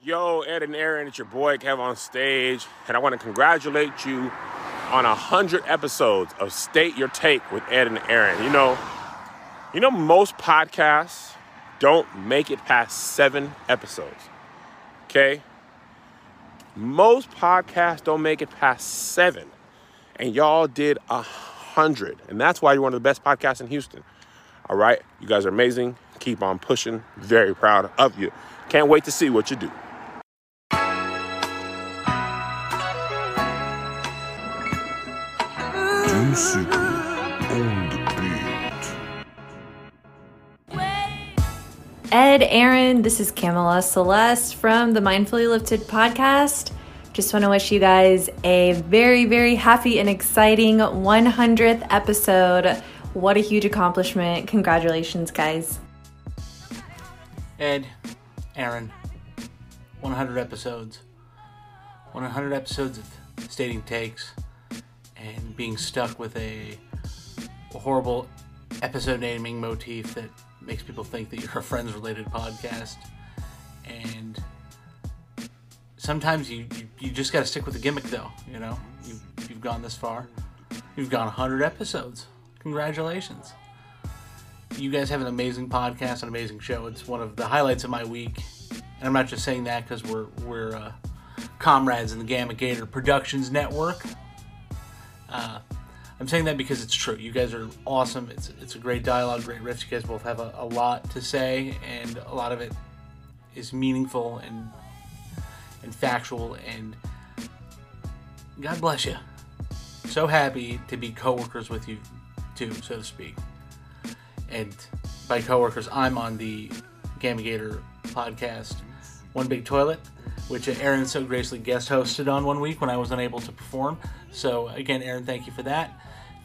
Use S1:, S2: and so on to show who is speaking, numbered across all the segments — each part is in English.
S1: Yo, Ed and Aaron, it's your boy Kev on stage, and I want to congratulate you on a hundred episodes of State Your Take with Ed and Aaron. You know, you know most podcasts don't make it past seven episodes. Okay, most podcasts don't make it past seven, and y'all did a hundred, and that's why you're one of the best podcasts in Houston. All right, you guys are amazing. Keep on pushing. Very proud of you. Can't wait to see what you do.
S2: Juicy on the beat.
S3: Ed, Aaron, this is Camila Celeste from the Mindfully Lifted podcast. Just want to wish you guys a very, very happy and exciting 100th episode. What a huge accomplishment. Congratulations, guys.
S4: Ed, Aaron, 100 episodes. 100 episodes of stating takes and being stuck with a horrible episode naming motif that makes people think that you're a friends related podcast. And sometimes you, you, you just got to stick with the gimmick, though. You know, you've, you've gone this far, you've gone 100 episodes. Congratulations you guys have an amazing podcast, an amazing show. It's one of the highlights of my week, and I'm not just saying that because we're we're uh, comrades in the Gamma Gator Productions Network. Uh, I'm saying that because it's true. You guys are awesome. It's it's a great dialogue, great riffs. You guys both have a, a lot to say, and a lot of it is meaningful and and factual. And God bless you. So happy to be coworkers with you, too, so to speak and by coworkers, I'm on the Gamma Gator podcast, One Big Toilet, which Aaron so graciously guest hosted on one week when I was unable to perform. So again, Aaron, thank you for that.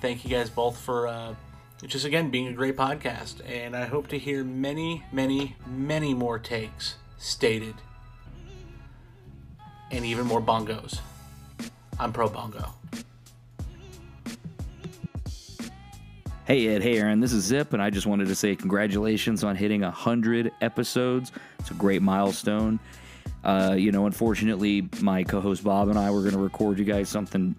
S4: Thank you guys both for uh, just again being a great podcast, and I hope to hear many, many, many more takes stated, and even more bongos. I'm pro bongo.
S5: Hey Ed, hey Aaron, this is Zip, and I just wanted to say congratulations on hitting 100 episodes. It's a great milestone. Uh, you know, unfortunately, my co host Bob and I were going to record you guys something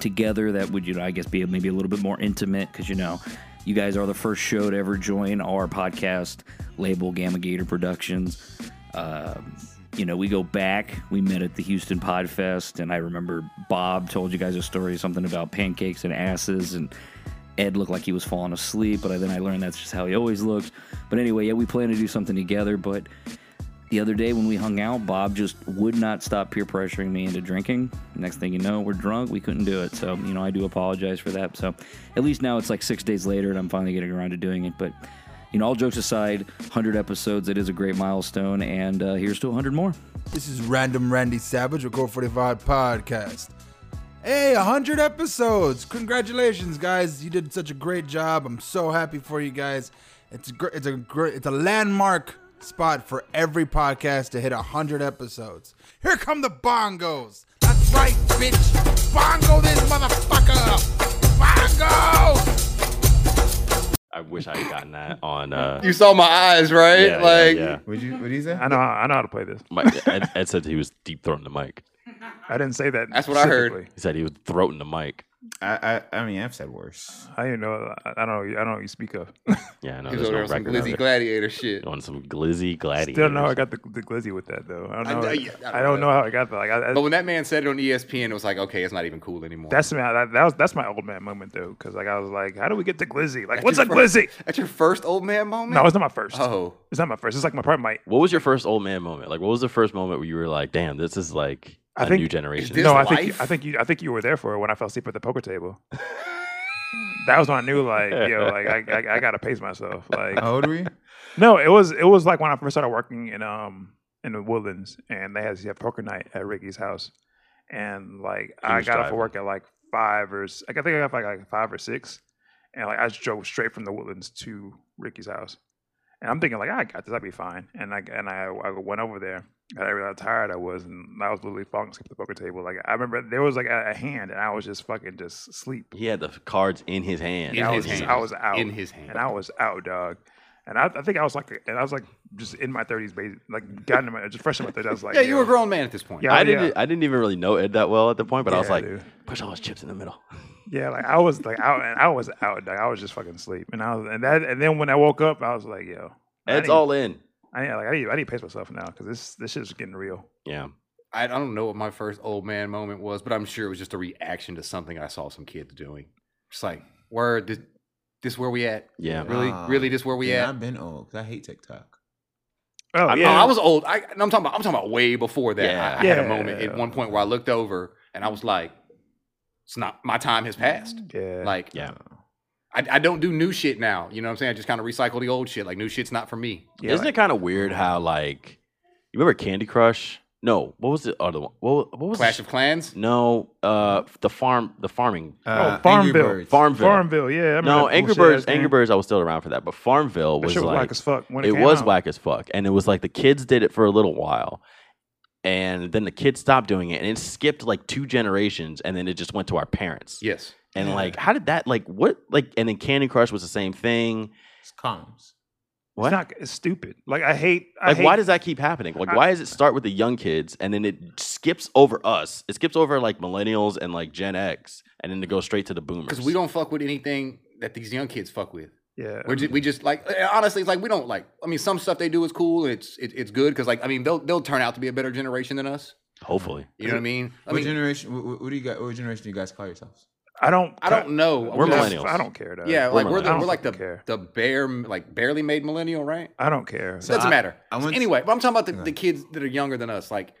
S5: together that would, you know, I guess be maybe a little bit more intimate because, you know, you guys are the first show to ever join our podcast label, Gamma Gator Productions. Um, you know, we go back. We met at the Houston Pod Fest, and I remember Bob told you guys a story, something about pancakes and asses, and Ed looked like he was falling asleep. But I- then I learned that's just how he always looks. But anyway, yeah, we plan to do something together. But the other day when we hung out, Bob just would not stop peer pressuring me into drinking. Next thing you know, we're drunk. We couldn't do it. So, you know, I do apologize for that. So, at least now it's like six days later and I'm finally getting around to doing it. But, you know, all jokes aside, 100 episodes, it is a great milestone. And uh, here's to 100 more.
S6: This is Random Randy Savage with Go 45 Podcast. Hey, 100 episodes. Congratulations, guys. You did such a great job. I'm so happy for you guys. It's a gr- it's a gr- it's a landmark spot for every podcast to hit 100 episodes. Here come the bongos. That's right, bitch. Bongo this motherfucker. Bongo!
S7: I wish I had gotten that on. Uh,
S8: You saw my eyes, right?
S7: yeah, yeah,
S8: like
S7: yeah.
S9: Would you? What do you say?
S10: I know, I know how to play this.
S7: Mike- Ed, Ed said he was deep throating the mic.
S10: I didn't say that.
S8: That's what I heard.
S10: specifically.
S7: He said he was throating the mic.
S9: I, I I mean, I've said worse.
S10: I didn't know. I I don't. know- I don't know what you speak of.
S7: Yeah, no,
S8: he
S7: there's
S8: was
S7: no
S8: over on some
S7: record of
S8: glizzy
S7: it.
S8: gladiator shit.
S7: on some glizzy gladiator.
S10: Still know I got the, the glizzy with that though. I
S8: I
S10: don't know.
S8: know-
S10: I,
S8: yeah, I don't
S10: don't
S8: know.
S10: know how I got that. Like I, I,
S8: But when that man said it on ESPN, it was like, okay, it's not even cool anymore.
S10: that's my that, that was that's my old man moment though, because like I was like, how do we get to glizzy? Like,
S8: That's
S10: what's a
S8: your first-
S10: glizzy?
S8: That's your first old man moment.
S10: No, it's not my first.
S8: Oh,
S10: It's not my first. It's like my probably my.
S7: What was your first old man moment? Like, what was the first moment where you were like, "Damn, this is like
S10: I
S7: a
S10: think-
S7: new generation."
S8: Is
S10: no,
S8: this
S10: I think you-
S8: life?
S10: I think you I think you were there for it when I fell asleep at the poker table. that was when I knew like yo like I I, I gotta pace myself like.
S8: Oh,
S9: How old were you?
S10: No, it was it was like when I first started working in um in the Woodlands, and they had, they had poker night at Ricky's house, and like
S7: He
S10: I
S7: was
S10: got off of
S7: driving.
S10: work at like five or s- like I think I got off like, like five or six, and like I just drove straight from the Woodlands to Ricky's house, and I'm thinking like I got this, I'll be fine, and I and I, I went over there. and I realized how tired I was, and I was literally falling asleep at the poker table. Like I remember, there was like a, a hand, and I was just fucking just sleep.
S7: he had the cards in his hand.
S8: In
S10: I
S8: his
S10: was,
S8: hand.
S10: I was out
S8: in his hand.
S10: and I was out, dog. And I, I think I was like, and I was like, just in my thirties, like, got into my, just fresh in my thirties. I was like,
S8: Yeah, you were a
S10: yo.
S8: grown man at this point.
S10: Yeah,
S7: I
S10: yeah.
S7: didn't. e, I didn't even really know Ed that well at the point, but I was
S10: Yeah,
S7: like,
S10: dude.
S7: push all those chips in the middle.
S10: Yeah, like I was like out and I was out, dog. I was just fucking asleep. And I was and that and then when I woke up, I was like, yo, I
S7: Ed's
S10: need-
S7: all in.
S10: I need, like I need I need to pace myself now because this this shit's getting real.
S7: Yeah.
S8: I I don't know what my first old man moment was, but I'm sure it was just a reaction to something I saw some kids doing. Just like, word, this, this where we at?
S7: Yeah.
S8: Really,
S9: Ah,
S8: really, this where we
S9: Then
S8: at?
S9: I've been old because I hate TikTok.
S10: Oh
S7: I'm-
S8: No,
S10: yeah,
S8: I was old. I, no, I'm talking about. I'm talking about way before that. I- I, had a moment
S10: Yeah.
S8: at one point where I looked over and I was like, "It's not my time has passed."
S10: yeah.
S8: Like,
S7: Yeah.
S8: I, I don't do new shit now. You know what I'm saying? I just kind of recycle the old shit. Like, new shit's not for me.
S10: yeah,
S7: Isn't it kind of weird how like you remember Candy Crush? No, what was the other one? What, what was
S8: Clash
S7: the,
S8: of Clans.
S7: No, uh, the farm, the farming,
S9: Uh,
S10: Oh, Farmville.
S9: Angry Birds.
S7: Farmville.
S10: Farmville? Yeah, I remember
S7: no,
S10: that
S7: Angry
S10: bullshit-ass
S7: Birds. Angry
S10: game.
S7: Birds. I was still around for that, but Farmville
S10: That
S7: was
S10: shit was
S7: like
S10: whack as fuck. When it,
S7: it
S10: came
S7: was
S10: out.
S7: whack as fuck, and it was like the kids did it for a little while, and then the kids stopped doing it, and it skipped like two generations, and then it just went to our parents.
S8: Yes.
S7: And like, how did that like what like? And then Candy Crush was the same thing.
S9: It's comms.
S7: What?
S10: It's not. It's stupid. Like I hate. I
S7: Like,
S10: hate,
S7: why does that keep happening? Like,
S10: I-
S7: why does it start with the young kids and then it skips over us? It skips over like millennials and like Gen X, and then it goes straight to the boomers.
S8: Because we don't fuck with anything that these young kids fuck with.
S10: Yeah. um,
S8: We're just, we just like eh, honestly, it's like we don't like. I mean, some stuff they do is cool. And it's it, it's good because like I mean they'll they'll turn out to be a better generation than us.
S7: Hopefully,
S8: You know what I mean? I
S9: what
S8: mean,
S9: generation? What, what- what do you guys? What generation do you guys call yourselves?
S10: I don't.
S8: I don't know.
S7: We're
S8: Because-
S7: millennials.
S10: I don't care. Though.
S8: Yeah,
S7: We're
S8: like we're,
S7: millennials.
S8: the,
S10: I
S8: we're
S10: don't
S8: like the
S10: fucking care.
S8: the bare like barely made millennial, right?
S10: I don't care.
S9: So
S8: Doesn't
S9: I-
S8: matter.
S9: I
S8: So
S9: went-
S8: anyway, but I'm talking about the,
S9: Okay.
S8: the kids that are younger than us. Like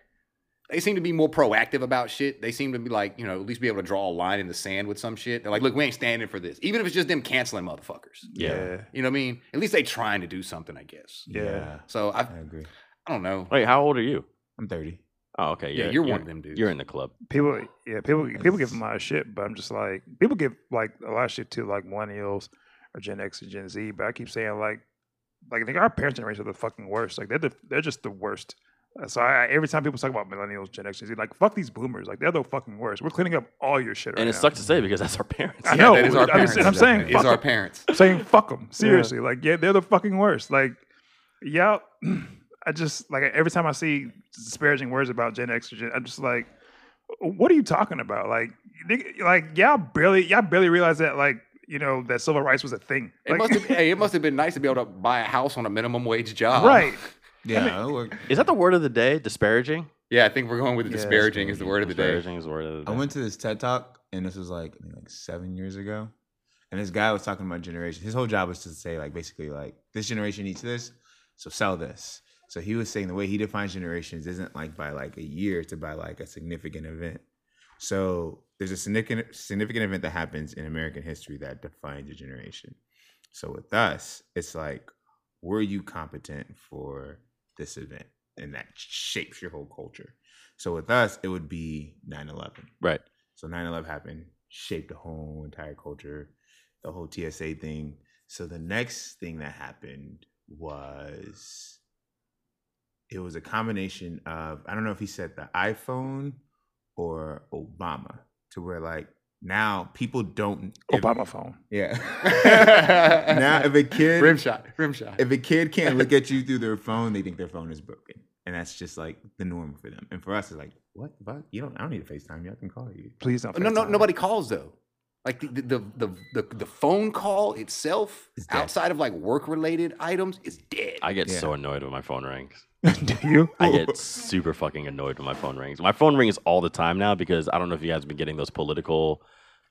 S8: they seem to be more proactive about shit. They seem to be like you know at least be able to draw a line in the sand with some shit. They're like, look, we ain't standing for this, even if it's just them canceling motherfuckers.
S7: yeah.
S8: You know what I mean? At least they trying to do something, I guess.
S10: Yeah.
S8: So I
S9: I agree.
S8: I don't know.
S7: Wait, how old are you?
S9: I'm 30.
S7: Oh, okay.
S8: Yeah, you're one of them dudes.
S7: You're in the club.
S10: people yeah people people give
S9: It's-
S10: them a lot of shit but i'm just like people give like a lot of shit to like millennials or gen x and gen z but i keep saying like like i think our parents generation are the fucking worst like they're the, they're just the worst Uh, so I, I- every time people talk about millennials gen x and z like fuck these boomers like they're the fucking worst we're cleaning up all your shit right
S7: And it
S10: now.
S7: sucks to
S8: Mm-hmm.
S7: say because that's our parents.
S10: I know.
S8: that is our
S10: I'm
S8: parents.
S10: just- I'm saying,
S8: It is
S10: fuck
S8: our
S10: it.
S8: parents.
S10: saying fuck them seriously like yeah they're the fucking worst like yeah i just like every time i see disparaging words about gen x or gen, i'm just like what are you talking about like nigga, like y'all barely y'all barely realize that like you know that civil rights was a thing
S8: It
S10: Like,
S8: must have, hey, it must have been nice to be able to buy a house on a minimum wage job.
S10: right
S7: Uh-huh.
S9: Yeah, I work-
S7: Is that the word of the day? Disparaging. Mm,
S8: Yeah, I think we're going with the
S10: Yeah,
S8: disparaging is the word of the day.
S7: Disparaging is the word of the day.
S9: I went to this TED talk, and this was like I think like seven years ago, and this guy was talking about generation. His whole job was to say like basically like this generation needs this, so sell this. So he was saying the way he defines generations isn't like by like a year, it's by like a significant event. So there's a significant significant event that happens in American history that defines a generation. So with us, it's like were you competent for this event, and that shapes your whole culture. So with us, it would be 9-11.
S7: right.
S9: So 9 11 happened, shaped the whole entire culture, the whole TSA thing. So the next thing that happened was it was a combination of, I don't know if he said the iPhone or Obama, to where like now people don't. if-
S10: obama phone
S9: yeah. now if a kid.
S8: Rim shot, rim shot.
S9: If a kid can't look at you through their phone, they think their phone is broken. And that's just like the norm for them. And for us, it's like, what the fuck? You don't I don't need to FaceTime you, I can call you.
S10: please don't
S8: no, no,
S10: FaceTime.
S8: nobody calls though. Like the the the the, the, the phone call itself,
S9: It's dead.
S8: outside of like work related items, is dead.
S7: I get
S9: Yeah.
S7: so annoyed when my phone rings.
S10: do you
S7: I get super fucking annoyed when my phone rings. My phone rings all the time now because I don't know if you guys have been getting those political.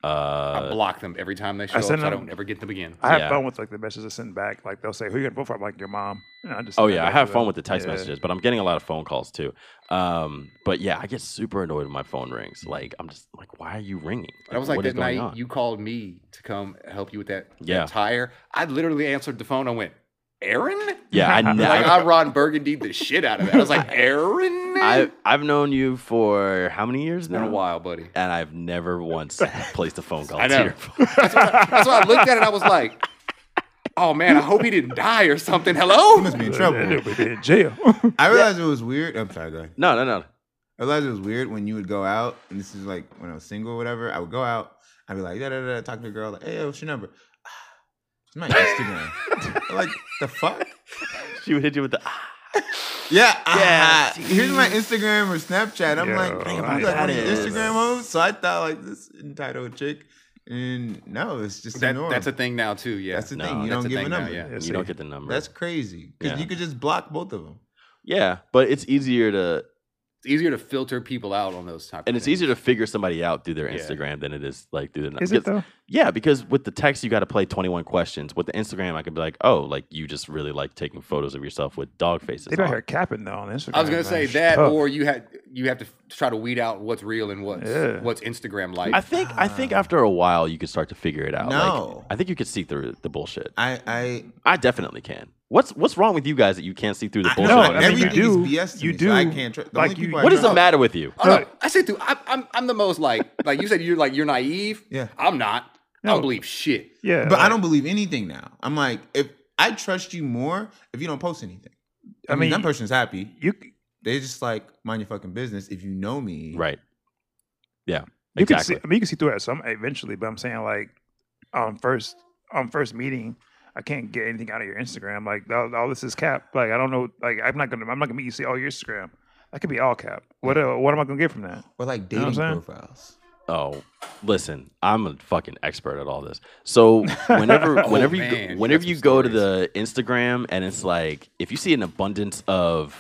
S8: I
S7: Uh,
S8: block them every time they show up. So
S10: send
S8: I
S10: them-
S8: don't ever get them again.
S10: I have
S7: Yeah.
S10: fun with like the messages I send back. Like they'll say, "Who you gonna vote for?" I'm like, "Your mom." And I just
S7: oh
S10: send that
S7: yeah, I
S10: back
S7: have
S10: to
S7: fun
S10: them.
S7: with the text
S10: Yeah.
S7: messages, but I'm getting a lot of phone calls too. Um, but yeah, I get super annoyed when my phone rings. Like I'm just like, why are you ringing?
S8: But I was like
S7: what is
S8: that
S7: going
S8: night
S7: on?
S8: you called me to come help you with that, that
S7: Yeah.
S8: tire. I literally answered the phone. I went, Aaron.
S7: yeah, I,
S8: Like
S7: I,
S8: I Ron Burgundy the shit out of that. I was like, Aaron.
S7: I I've known you for how many years
S8: It's been
S7: now?
S8: a while, buddy.
S7: And I've never once placed a phone call
S8: I
S7: to
S8: know.
S7: your phone.
S8: That's what, I, that's what I looked at it. I was like, oh man, I hope he didn't die or something. Hello?
S9: You must be in
S10: Yeah,
S9: trouble.
S10: dude, we'd be in jail.
S9: I realized it was weird. I'm sorry, go ahead.
S7: No, no, no.
S9: I realized it was weird when you would go out, and this is like when I was single or whatever. I would go out, I'd be like, da da da, da, talk to a girl, like, hey, what's your number? It's my Instagram. like the fuck?
S7: She would hit you with the. "Ah."
S9: Yeah. ah, here's my Instagram or Snapchat. I'm
S10: Yo,
S9: like, damn,
S10: I
S9: you like one of
S7: know
S9: the
S7: this.
S9: Instagram hoes? So I thought like this entitled chick, and no, it's just the
S8: That,
S9: norm.
S8: that's a thing now too. Yeah,
S9: That's the
S7: No,
S9: thing. You
S8: that's
S9: don't
S8: a
S9: give a
S8: thing now,
S9: number.
S8: yeah.
S10: Yeah,
S7: You
S10: see,
S7: don't get the number.
S9: That's crazy because
S7: Yeah.
S9: you could just block both of them.
S7: yeah, but it's easier to
S8: it's easier to filter people out on those type. of
S7: and it's
S8: things.
S7: easier to figure somebody out through their
S8: Yeah.
S7: Instagram than it is like through the.
S10: Is
S7: because-
S10: it though?
S7: Yeah, because with the text you got to play 21 questions. With the Instagram, I could be like, oh, like you just really like taking photos of yourself with dog faces.
S10: They better
S7: on.
S10: hear capping though on Instagram.
S8: I was gonna say
S10: man.
S8: that,
S10: Tough.
S8: or you had you have to f- try to weed out what's real and what's
S10: Yeah.
S8: what's Instagram life.
S7: I think I think
S8: Ah.
S7: after a while you could start to figure it out.
S9: No.
S7: Like, I think you could see through the bullshit. I,
S9: I, I,
S7: definitely can. What's what's wrong with you guys that you can't see through the bullshit?
S10: no,
S7: on
S10: I mean, you
S7: Instagram?
S10: do-
S9: is BS to
S10: you
S9: me, so I
S10: do,
S9: can't. Tr- the
S10: like,
S9: only
S10: you-
S9: people I
S7: what is
S9: trust-
S7: the matter with you?
S8: I, don't know. Oh, I say, dude, I'm, I'm I'm the most like like you said you're like you're naive.
S9: Yeah.
S8: I'm not. I
S10: No.
S8: don't believe shit.
S10: Yeah,
S9: But I don't believe anything now. I'm like, if I trust you more, if you don't post anything. I,
S10: I
S9: mean,
S10: mean,
S9: that person's happy.
S10: You
S9: They just like mind your fucking business. If you know me,
S7: Right. Yeah.
S10: you can
S7: exactly.
S10: see. I mean, you can see through it some eventually, but I'm saying like on first on first meeting, I can't get anything out of your Instagram. Like all, all this is cap. Like I don't know. Like I'm not gonna I'm not gonna meet you see all your Instagram. That could be all cap. What uh, what am I gonna get from that?
S9: Or like
S10: know what
S9: dating
S10: I'm saying?
S9: profiles.
S7: Oh, listen, I'm a fucking expert at all this. So whenever
S8: Oh,
S7: whenever you
S8: man,
S7: go,
S8: you
S7: whenever
S8: got
S7: you
S8: some
S7: go to
S8: stories.
S7: the Instagram and it's like if you see an abundance of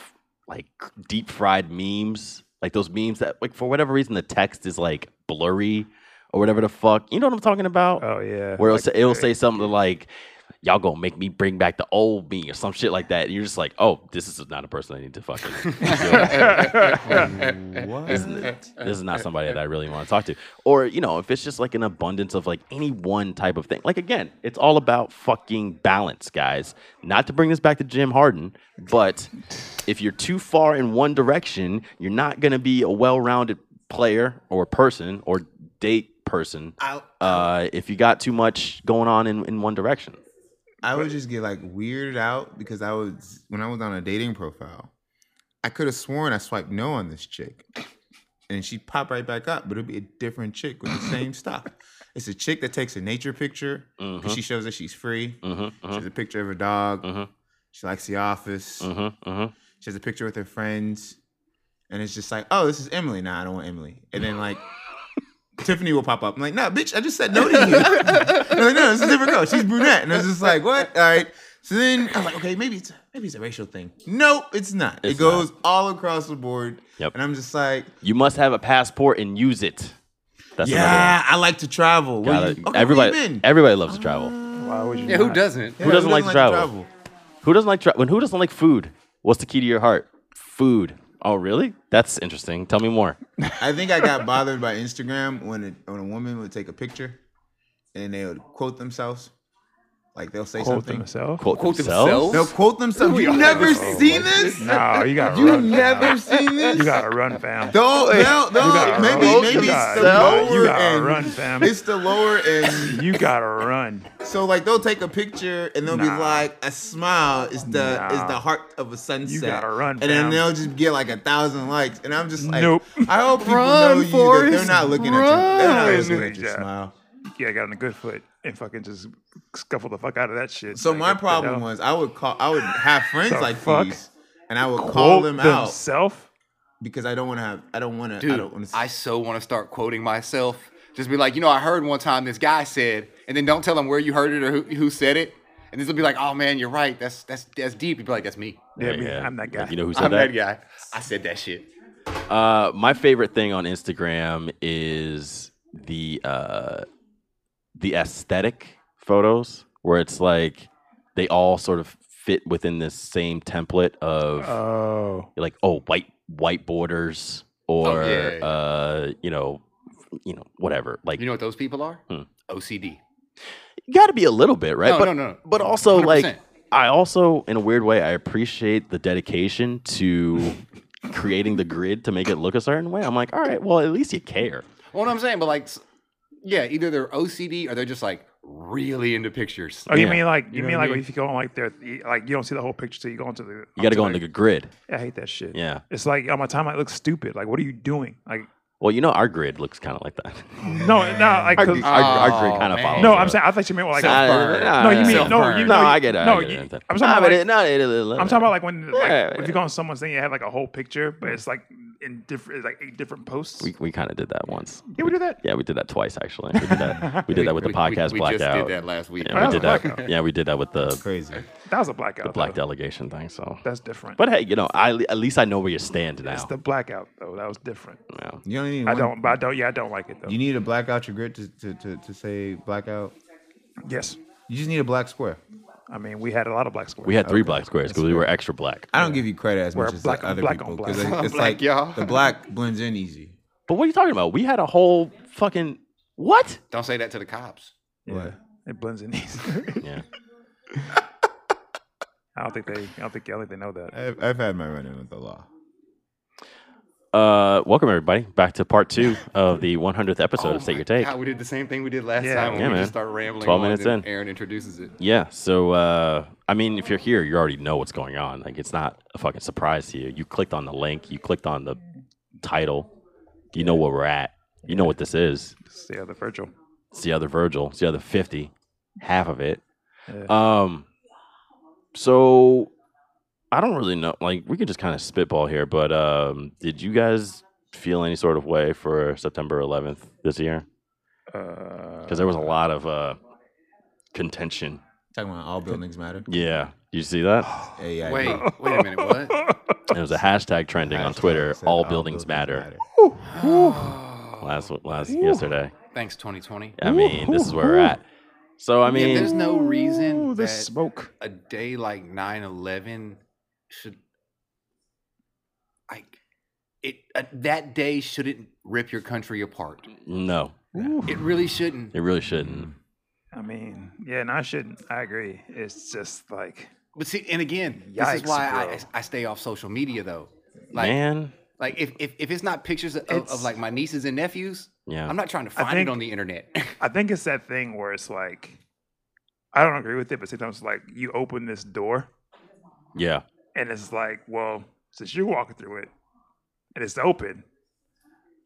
S7: like deep fried memes, like those memes that like for whatever reason the text is like blurry or whatever the fuck, you know what I'm talking about?
S10: Oh yeah.
S7: Where it'll,
S10: Like,
S7: say, it'll say something like. Y'all gonna make me bring back the old me or some shit like that. And you're just like, oh, this is not a person I need to fucking deal with
S9: What?
S7: this is not somebody that I really want to talk to. Or, you know, if it's just like an abundance of like any one type of thing. Like again, it's all about fucking balance, guys. Not to bring this back to Jim Harden, but if you're too far in one direction, you're not going to be a well-rounded player or person or date person. Uh, if you got too much going on in, in one direction.
S9: I would just get like weirded out because I was when I was on a dating profile, I could have sworn I swiped no on this chick, and she popped right back up, but it'd be a different chick with the same stuff. It's a chick that takes a nature picture because
S8: Mm-hmm.
S9: she shows that she's free. She has a picture of her dog.
S8: Mm-hmm.
S9: She likes the office.
S7: Mm-hmm,
S9: She has a picture with her friends, and it's just like, oh, this is Emily. Nah, I don't want Emily. And then like. Tiffany will pop up. I'm like, nah, bitch, I just said no to you. no, no, it's a different girl. She's brunette. And I was just like, what? All right. So then I'm like, okay, maybe it's maybe it's a racial thing. Nope, it's not.
S7: It's
S9: it goes all across the board.
S7: Yep.
S9: And I'm just like,
S7: You must have a passport and use it. That's another
S9: yeah, I like to travel.
S7: one.
S9: Where
S7: Gotta-
S9: you- okay, where you
S7: everybody
S9: been?
S7: everybody loves to travel.
S10: Why would you?
S8: yeah, who
S10: not?
S8: doesn't?
S9: Yeah,
S7: Who doesn't like to travel? Who doesn't like tra- when who doesn't like food? What's the key to your heart? Food. Oh, really? That's interesting. Tell me more.
S9: I think I got bothered by Instagram when a, when a woman would take a picture and they would quote themselves. Like they'll say
S10: quote
S9: something.
S10: themselves?
S7: Quote,
S8: Quote
S7: themselves?
S8: themselves?
S9: They'll quote themselves.
S8: We
S9: You
S8: all-
S9: never
S8: Oh,
S9: seen
S8: what?
S9: this?
S10: No, you gotta
S9: You
S10: run.
S9: never
S10: fam.
S9: seen this?
S10: You gotta run, fam.
S9: They'll, they'll,
S10: You
S9: they'll,
S10: gotta
S9: maybe,
S10: run.
S9: maybe
S10: you
S9: it's
S10: gotta,
S9: the
S10: you gotta- you
S9: lower
S10: gotta
S9: end.
S10: run, fam.
S9: It's the lower end.
S10: You gotta run.
S9: So like they'll take a picture and they'll be
S10: Nah.
S9: like, a smile is the is
S10: Nah.
S9: the heart of a sunset.
S10: gotta run,
S9: And then
S10: fam.
S9: they'll just get like a thousand likes, and I'm just like,
S10: Nope.
S9: I hope people
S8: Run,
S9: know you that they're
S8: Forrest,
S9: not looking at you. They're not looking at your
S10: Yeah.
S9: smile.
S10: Yeah, I got on a good foot and fucking just scuffle the fuck out of that shit.
S9: So
S10: Like,
S9: my
S10: you
S9: problem
S10: know?
S9: was I would call I would have friends
S10: The
S9: like
S10: fuck?
S9: these, and I would call
S10: Quote
S9: them out
S10: themself?
S9: because I don't want to have I don't want to I don't
S8: Dude,
S9: want to
S8: I so want to start quoting myself. Just be like, you know, I heard one time this guy said, and then don't tell them where you heard it or who, who said it. And this will be like, oh man, you're right. That's that's that's deep. You'd be like, that's me.
S10: Yeah, me, I'm that guy.
S7: You know who said
S8: I'm that
S7: that?
S8: guy. I said that shit.
S7: Uh, my favorite thing on Instagram is the uh, the aesthetic photos where it's like they all sort of fit within this same template of
S10: Oh.
S7: like oh white white borders or
S8: Oh, yeah, yeah.
S7: uh, you know you know whatever like
S8: You know what those people are?
S7: Hmm.
S8: OCD.
S7: You got to be a little bit, right?
S8: No,
S7: but,
S8: no, no.
S7: But also, like,
S8: 100%.
S7: I also, in a weird way, I appreciate the dedication to creating the grid to make it look a certain way. I'm like, all right, well, at least you care.
S8: Well, what I'm saying, but like, s- yeah, either they're OCD or they're just like really into pictures.
S10: Oh, you
S7: Yeah.
S10: mean like you,
S8: know
S10: mean
S8: what I
S10: like
S8: mean?
S10: if you go on like there, like you don't see the whole picture till you go into the.
S7: You got to go on the grid.
S10: I hate that shit.
S7: Yeah.
S10: It's like on my time, I look stupid. Like, what are you doing? Like,
S7: Well, you know, our grid looks kind of like that.
S10: No, no, like, 'cause-
S7: our, our, our grid
S8: Oh,
S7: kind of
S8: man.
S7: follows.
S10: no,
S7: that.
S10: I'm saying I thought you meant like.
S7: Nah,
S8: Self-burn.
S10: no,
S7: nah, nah,
S10: you
S7: nah.
S10: mean no,
S8: Self-burn.
S10: you
S7: No,
S10: know,
S7: I get it.
S10: No,
S7: I get
S10: you,
S7: it.
S10: I'm talking
S7: Nah,
S10: about.
S7: but
S10: Like,
S7: it- no, it- it-
S10: I'm talking about like when like,
S7: Yeah,
S10: if you go on someone's thing, you have like a whole picture, but it's like in different, like eight different posts.
S7: We, we kind of did that once.
S10: yeah, we do that.
S7: Yeah, we did that twice actually. We did that. We did that with the
S8: We- we,
S7: podcast
S8: we
S7: blackout.
S8: just did that last week.
S7: Yeah, we did
S10: That was
S7: that. Yeah, we did that with the
S9: Crazy.
S10: That was a blackout. though.
S7: black delegation thing. So,
S10: That's different.
S7: but hey, you know, I at least I know where you stand now.
S10: it's the blackout though. That was different.
S7: Yeah.
S9: You only need
S10: I
S9: one-
S10: don't. But I don't. Yeah, I don't like it though.
S9: You need a blackout your grid to, to, to, to say blackout.
S10: yes.
S9: You just need a black square.
S10: I mean, we had a lot of black squares.
S7: We had three black squares because we were extra black.
S9: I don't give you credit as
S10: We're
S9: much as
S10: black
S9: like
S10: on
S9: other
S10: black
S9: people
S10: on black.
S9: because it's, it's
S8: Black,
S9: like
S8: y'all.
S9: the black blends in easy.
S7: But what are you talking about? We had a whole fucking what?
S8: Don't say that to the cops.
S9: What?
S10: It blends in. these.
S7: Yeah.
S10: I don't think they. I don't think. I don't think they know that.
S9: I've, I've had my run-in with the law.
S7: Uh, welcome everybody back to part two of the 100th episode
S8: Oh
S7: of State
S8: my
S7: Your Take.
S8: God, we did the same thing we did last
S10: Yeah.
S8: time when
S7: Yeah,
S8: we
S7: man.
S8: just start rambling.
S7: 12
S8: on
S7: minutes
S8: and
S7: in.
S8: Aaron introduces it.
S7: Yeah. So, uh, I mean, if you're here, you already know what's going on. Like, it's not a fucking surprise to you. You clicked on the link, you clicked on the title, you know where we're at, you know what this is.
S10: It's the other Virgil.
S7: It's the other Virgil, it's the other 50, half of it.
S10: Yeah.
S7: Um, so I don't really know. Like, we could just kind of spitball here, but um, did you guys feel any sort of way for September 11th this year? Because there was a lot of uh, contention.
S9: Talking about all buildings matter.
S7: Yeah. You see that?
S9: AI.
S8: Wait, wait a minute. What?
S7: It was a hashtag trending on Twitter.
S9: Said
S7: All buildings matter. Last last yesterday.
S8: Thanks, 2020.
S7: I mean, this is where we're at. So I
S8: yeah, there's
S7: mean,
S8: no reason
S10: Ooh, the
S8: that
S10: smoke.
S8: a day like 9/11 should like it. Uh, that day shouldn't rip your country apart.
S7: no,
S8: It really shouldn't.
S7: it really
S8: Mm.
S7: shouldn't.
S10: I mean, yeah, no, I shouldn't. I agree. It's just like
S8: But see, and again, this
S10: Yikes,
S8: is why
S10: bro.
S8: I, I stay off social media though. Like,
S7: Man,
S8: like if, if if it's not pictures of, of,
S10: It's-
S8: like my nieces and nephews,
S7: yeah.
S8: I'm not trying to find
S10: think-
S8: it on the internet.
S10: I think it's that thing where it's like I don't agree with it, but sometimes like you open this door
S7: yeah,
S10: and it's like, well, since you're walking through it and it's open,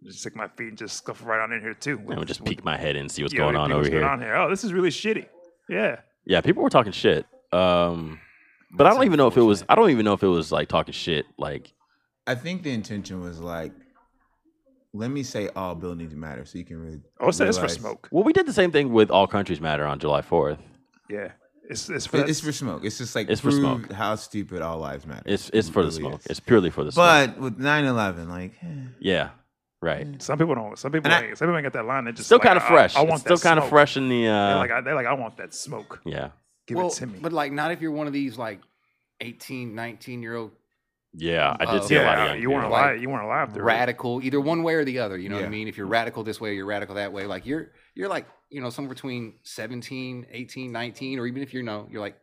S10: just stick my feet and just scuff right on in here too.
S7: I'm gonna just peek my head in and see what's
S10: Yeah,
S7: going
S10: peek
S7: on over
S10: what's going
S7: here.
S10: on here. Oh, this is really shitty. Yeah.
S7: Yeah, people were talking shit. Um, but I don't even know if it was. I don't even know if it was like talking shit. Like,
S9: I think the intention was like, let me say all buildings matter, so you can really.
S10: Oh, so it's for
S9: realize-
S10: smoke.
S7: well, we did the same thing with All Countries Matter on July 4th.
S10: Yeah. It's it's for
S9: It-
S10: that-
S9: It's for smoke. It's just like
S7: It's for
S9: prove
S7: smoke.
S9: how stupid all lives matter.
S7: It's it's for the
S9: Really
S7: smoke.
S9: is.
S7: It's purely for the smoke.
S9: But with 9/11, like, eh,
S7: yeah, right.
S10: some people don't some people
S9: And I-
S10: ain't, some people ain't got that line. They're Mm. just
S7: Still
S10: like, uh,
S7: kind of
S10: I-
S7: fresh.
S10: I,
S7: It's
S10: want
S7: still
S10: that
S7: kind of
S10: smoke.
S7: fresh in the.
S10: They're
S7: Uh,
S10: like I, they're like I want that smoke.
S7: yeah,
S10: Give
S8: well,
S10: it to me.
S8: but like not if you're one of these like 18, 19 year old
S7: yeah. I
S8: Uh,
S7: did see a lot of
S10: yeah,
S7: young
S10: you weren't
S7: people.
S10: alive. You weren't alive through it.
S8: radical, either one way or the other. You know what I
S9: Yeah.
S8: mean? If you're radical this way, or you're radical that way. Like you're you're like you know somewhere between 17, 18, 19, or even if you know you're like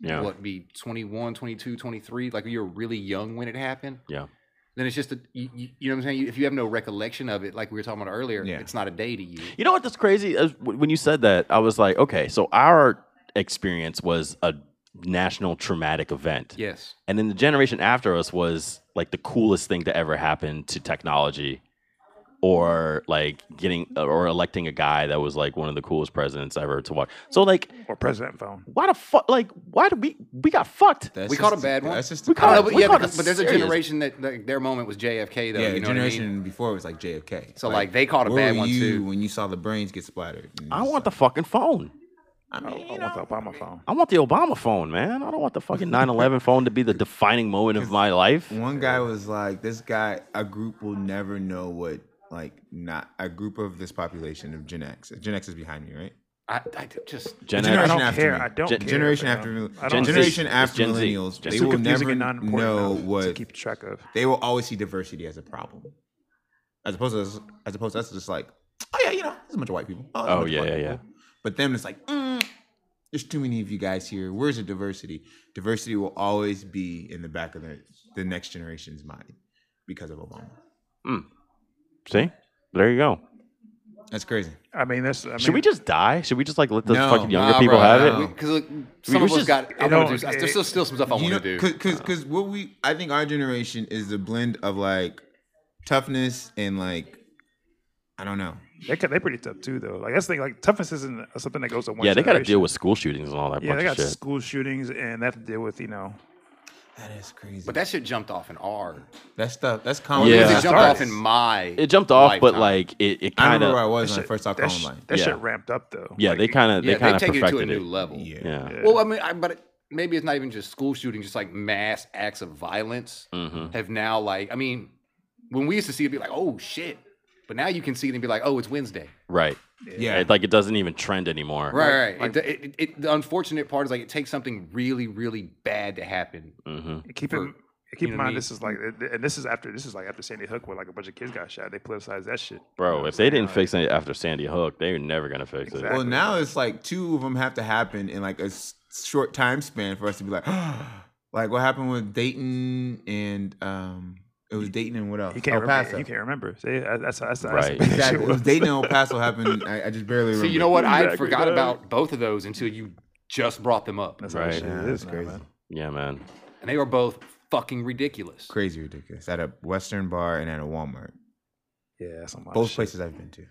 S7: Yeah.
S8: what be 21, 22, 23. Like you're really young when it happened.
S7: Yeah.
S8: Then it's just a, you, you, you know what I'm saying. You, if you have no recollection of it, like we were talking about earlier,
S9: Yeah.
S8: it's not a day to you.
S7: You know what? That's crazy. As- w- When you said that, I was like, okay, so our experience was a national traumatic event,
S8: Yes.
S7: and then the generation after us was like the coolest thing to ever happen to technology, or like getting or electing a guy that was like one of the coolest presidents ever to watch. So like,
S10: Or president phone.
S7: why the fuck? Like, why did we we got fucked?
S9: that's
S8: We caught a
S9: just-
S8: bad one.
S9: That's just
S8: I
S7: We caught
S8: don't
S7: it-
S8: know, but,
S7: we
S8: yeah,
S7: caught
S8: but,
S7: it
S8: but there's a
S7: serious.
S8: generation that, that their moment was JFK though.
S9: yeah,
S8: you
S9: the
S8: know
S9: generation
S8: what I mean?
S9: before was like JFK.
S8: So, like, they caught a
S9: where
S8: bad
S9: were
S8: one,
S9: you
S8: too.
S9: When you saw the brains get splattered, And
S7: I
S9: it's
S7: want the
S9: like,
S7: fucking phone.
S9: I
S10: I,
S9: mean,
S10: I
S9: you
S10: want
S9: know,
S10: the Obama phone.
S7: I want the Obama phone, man. I don't want the fucking 911 phone to be the defining moment of my life.
S9: One guy was like, "This guy, a group will never know what like not a group of this population of Gen X. Gen X is behind me, right?
S8: I, I just
S7: Gen
S9: Generation
S10: I
S7: X.
S10: don't
S9: after
S10: care.
S9: me.
S10: I don't
S7: Gen-
S10: care.
S9: generation
S10: you know.
S9: after mill-
S10: I don't
S7: Gen Z.
S9: generation
S7: It's
S9: after
S7: Gen Z.
S9: millennials,
S7: Gen
S9: they
S7: Z.
S10: Too
S9: will
S10: confusing
S9: never
S10: and non-important
S9: know
S10: now to
S9: what
S10: keep track of.
S9: they will always see diversity as a problem, as opposed to us, as opposed to us just like, oh yeah, you know, there's a bunch of white people. there's a
S7: Oh,
S9: bunch of
S7: yeah,
S9: black
S7: yeah, yeah.
S9: people." But them, it's like, "Mm, there's too many of you guys here. Where's the diversity? Diversity will always be in the back of the, the next generation's mind because of Obama.
S7: See, there you go.
S9: That's crazy.
S10: I mean, this. I mean,
S7: Should we just die? Should we just like let the
S9: No.
S7: fucking younger people have it?
S9: no.
S8: Because some
S7: we
S8: of us
S7: just-
S8: got. I
S10: you know,
S8: wanna do, there's still, still some stuff I
S9: you
S8: want
S9: know,
S8: to do.
S9: because because what we I think our generation is the blend of like toughness and like I don't know.
S10: They they pretty tough too though. Like that's the thing. Like toughness isn't something that goes to one.
S7: yeah, they got to
S10: generation.
S7: deal with school shootings and all that
S10: Yeah, they got
S7: bunch of shit.
S10: school shootings and they have to deal with you know.
S9: That is crazy.
S8: But that shit jumped off in R.
S9: that stuff. That's common.
S7: Yeah.
S8: It
S7: That's
S8: jumped off
S10: artists.
S8: in my.
S7: It jumped off, but
S8: lifetime.
S7: like it, it
S9: I
S7: kind
S9: remember where I
S7: of
S9: was when
S10: shit-
S9: I first saw
S10: that sh-
S9: Columbine.
S10: That
S7: Yeah.
S10: shit ramped up though.
S7: yeah,
S10: Like,
S7: they kind of
S8: yeah,
S7: they kind of
S8: they've taken it to a
S7: perfected
S8: new
S7: it.
S8: level.
S9: Yeah.
S7: Yeah.
S8: Well, I mean, I, but it- maybe it's not even just school shooting, just like mass acts of violence
S7: Mm-hmm.
S8: have now, like, I mean, when we used to see it, be like, oh shit. But now you can see it and be like, oh, it's Wednesday.
S7: Right.
S9: Yeah.
S7: It- like it doesn't even trend anymore.
S8: Right, right. it, it, it, the unfortunate part is like it takes something really, really bad to happen.
S7: Mm-hmm.
S10: keep
S8: for-
S10: in keep
S8: know
S10: in
S8: what I mean?
S10: mind this is like and this is after this is like after Sandy Hook where like a bunch of kids got shot. They politicized that shit.
S7: Bro, if they didn't fix it after Sandy Hook, they were never gonna fix
S10: Exactly.
S9: Well, now it's like two of them have to happen in like a s- short time span for us to be like, like what happened with Dayton and um, it was Dayton and what else?
S10: You can't
S9: El
S10: remember.
S9: Paso.
S10: You can't remember. See, that- that's that's, that's
S7: Right.
S10: that's-
S9: Exactly. It was Dayton and El Paso happened. I, I just barely remember.
S8: See, you know what? I
S10: Exactly,
S8: forgot
S10: dog.
S8: about both of those until you just brought them up.
S10: That's
S7: Right.
S10: How shit
S9: Yeah,
S10: is
S9: that's
S10: now,
S9: crazy.
S10: man.
S7: it. Yeah, man.
S8: And they were both fucking ridiculous.
S9: Crazy ridiculous. At a Western bar and at a Walmart.
S10: Yeah, some wild
S9: Both
S10: Oh, shit.
S9: places I've been to.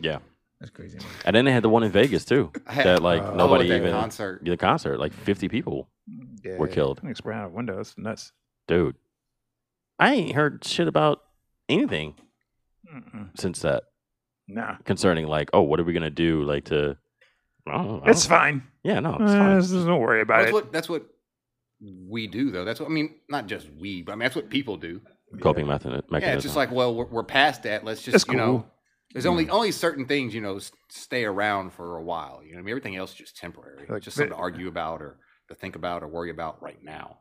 S7: Yeah.
S9: That's crazy. Man.
S7: And then they had the one in Vegas too.
S8: I had-
S7: that like
S10: Oh,
S7: nobody
S8: that
S7: even
S8: concert.
S7: the concert. Like fifty people
S10: yeah.
S7: were killed.
S10: I think it's spraying out of window. That's nuts.
S7: Dude. I ain't heard shit about anything
S10: Mm-mm.
S7: since that
S10: Nah,
S7: concerning like, oh, what are we gonna do like to I don't know. I
S10: it's
S7: don't-
S10: fine.
S7: Yeah, no, oh, it's
S10: Uh,
S7: fine.
S10: just don't worry about
S8: That's
S10: it.
S8: what, that's what we do, though. That's what, I mean, not just we, but I mean, that's what people do.
S7: Coping method mechanism.
S8: Yeah, it's just like, well, we're, we're past that. Let's just,
S10: It's
S8: you know,
S10: cool.
S8: there's only
S7: Mm.
S8: only certain things, you know, s- stay around for a while. You know, what I mean, everything else is just temporary.
S10: Like,
S8: just something
S10: but-
S8: to argue about or to think about or worry about right now.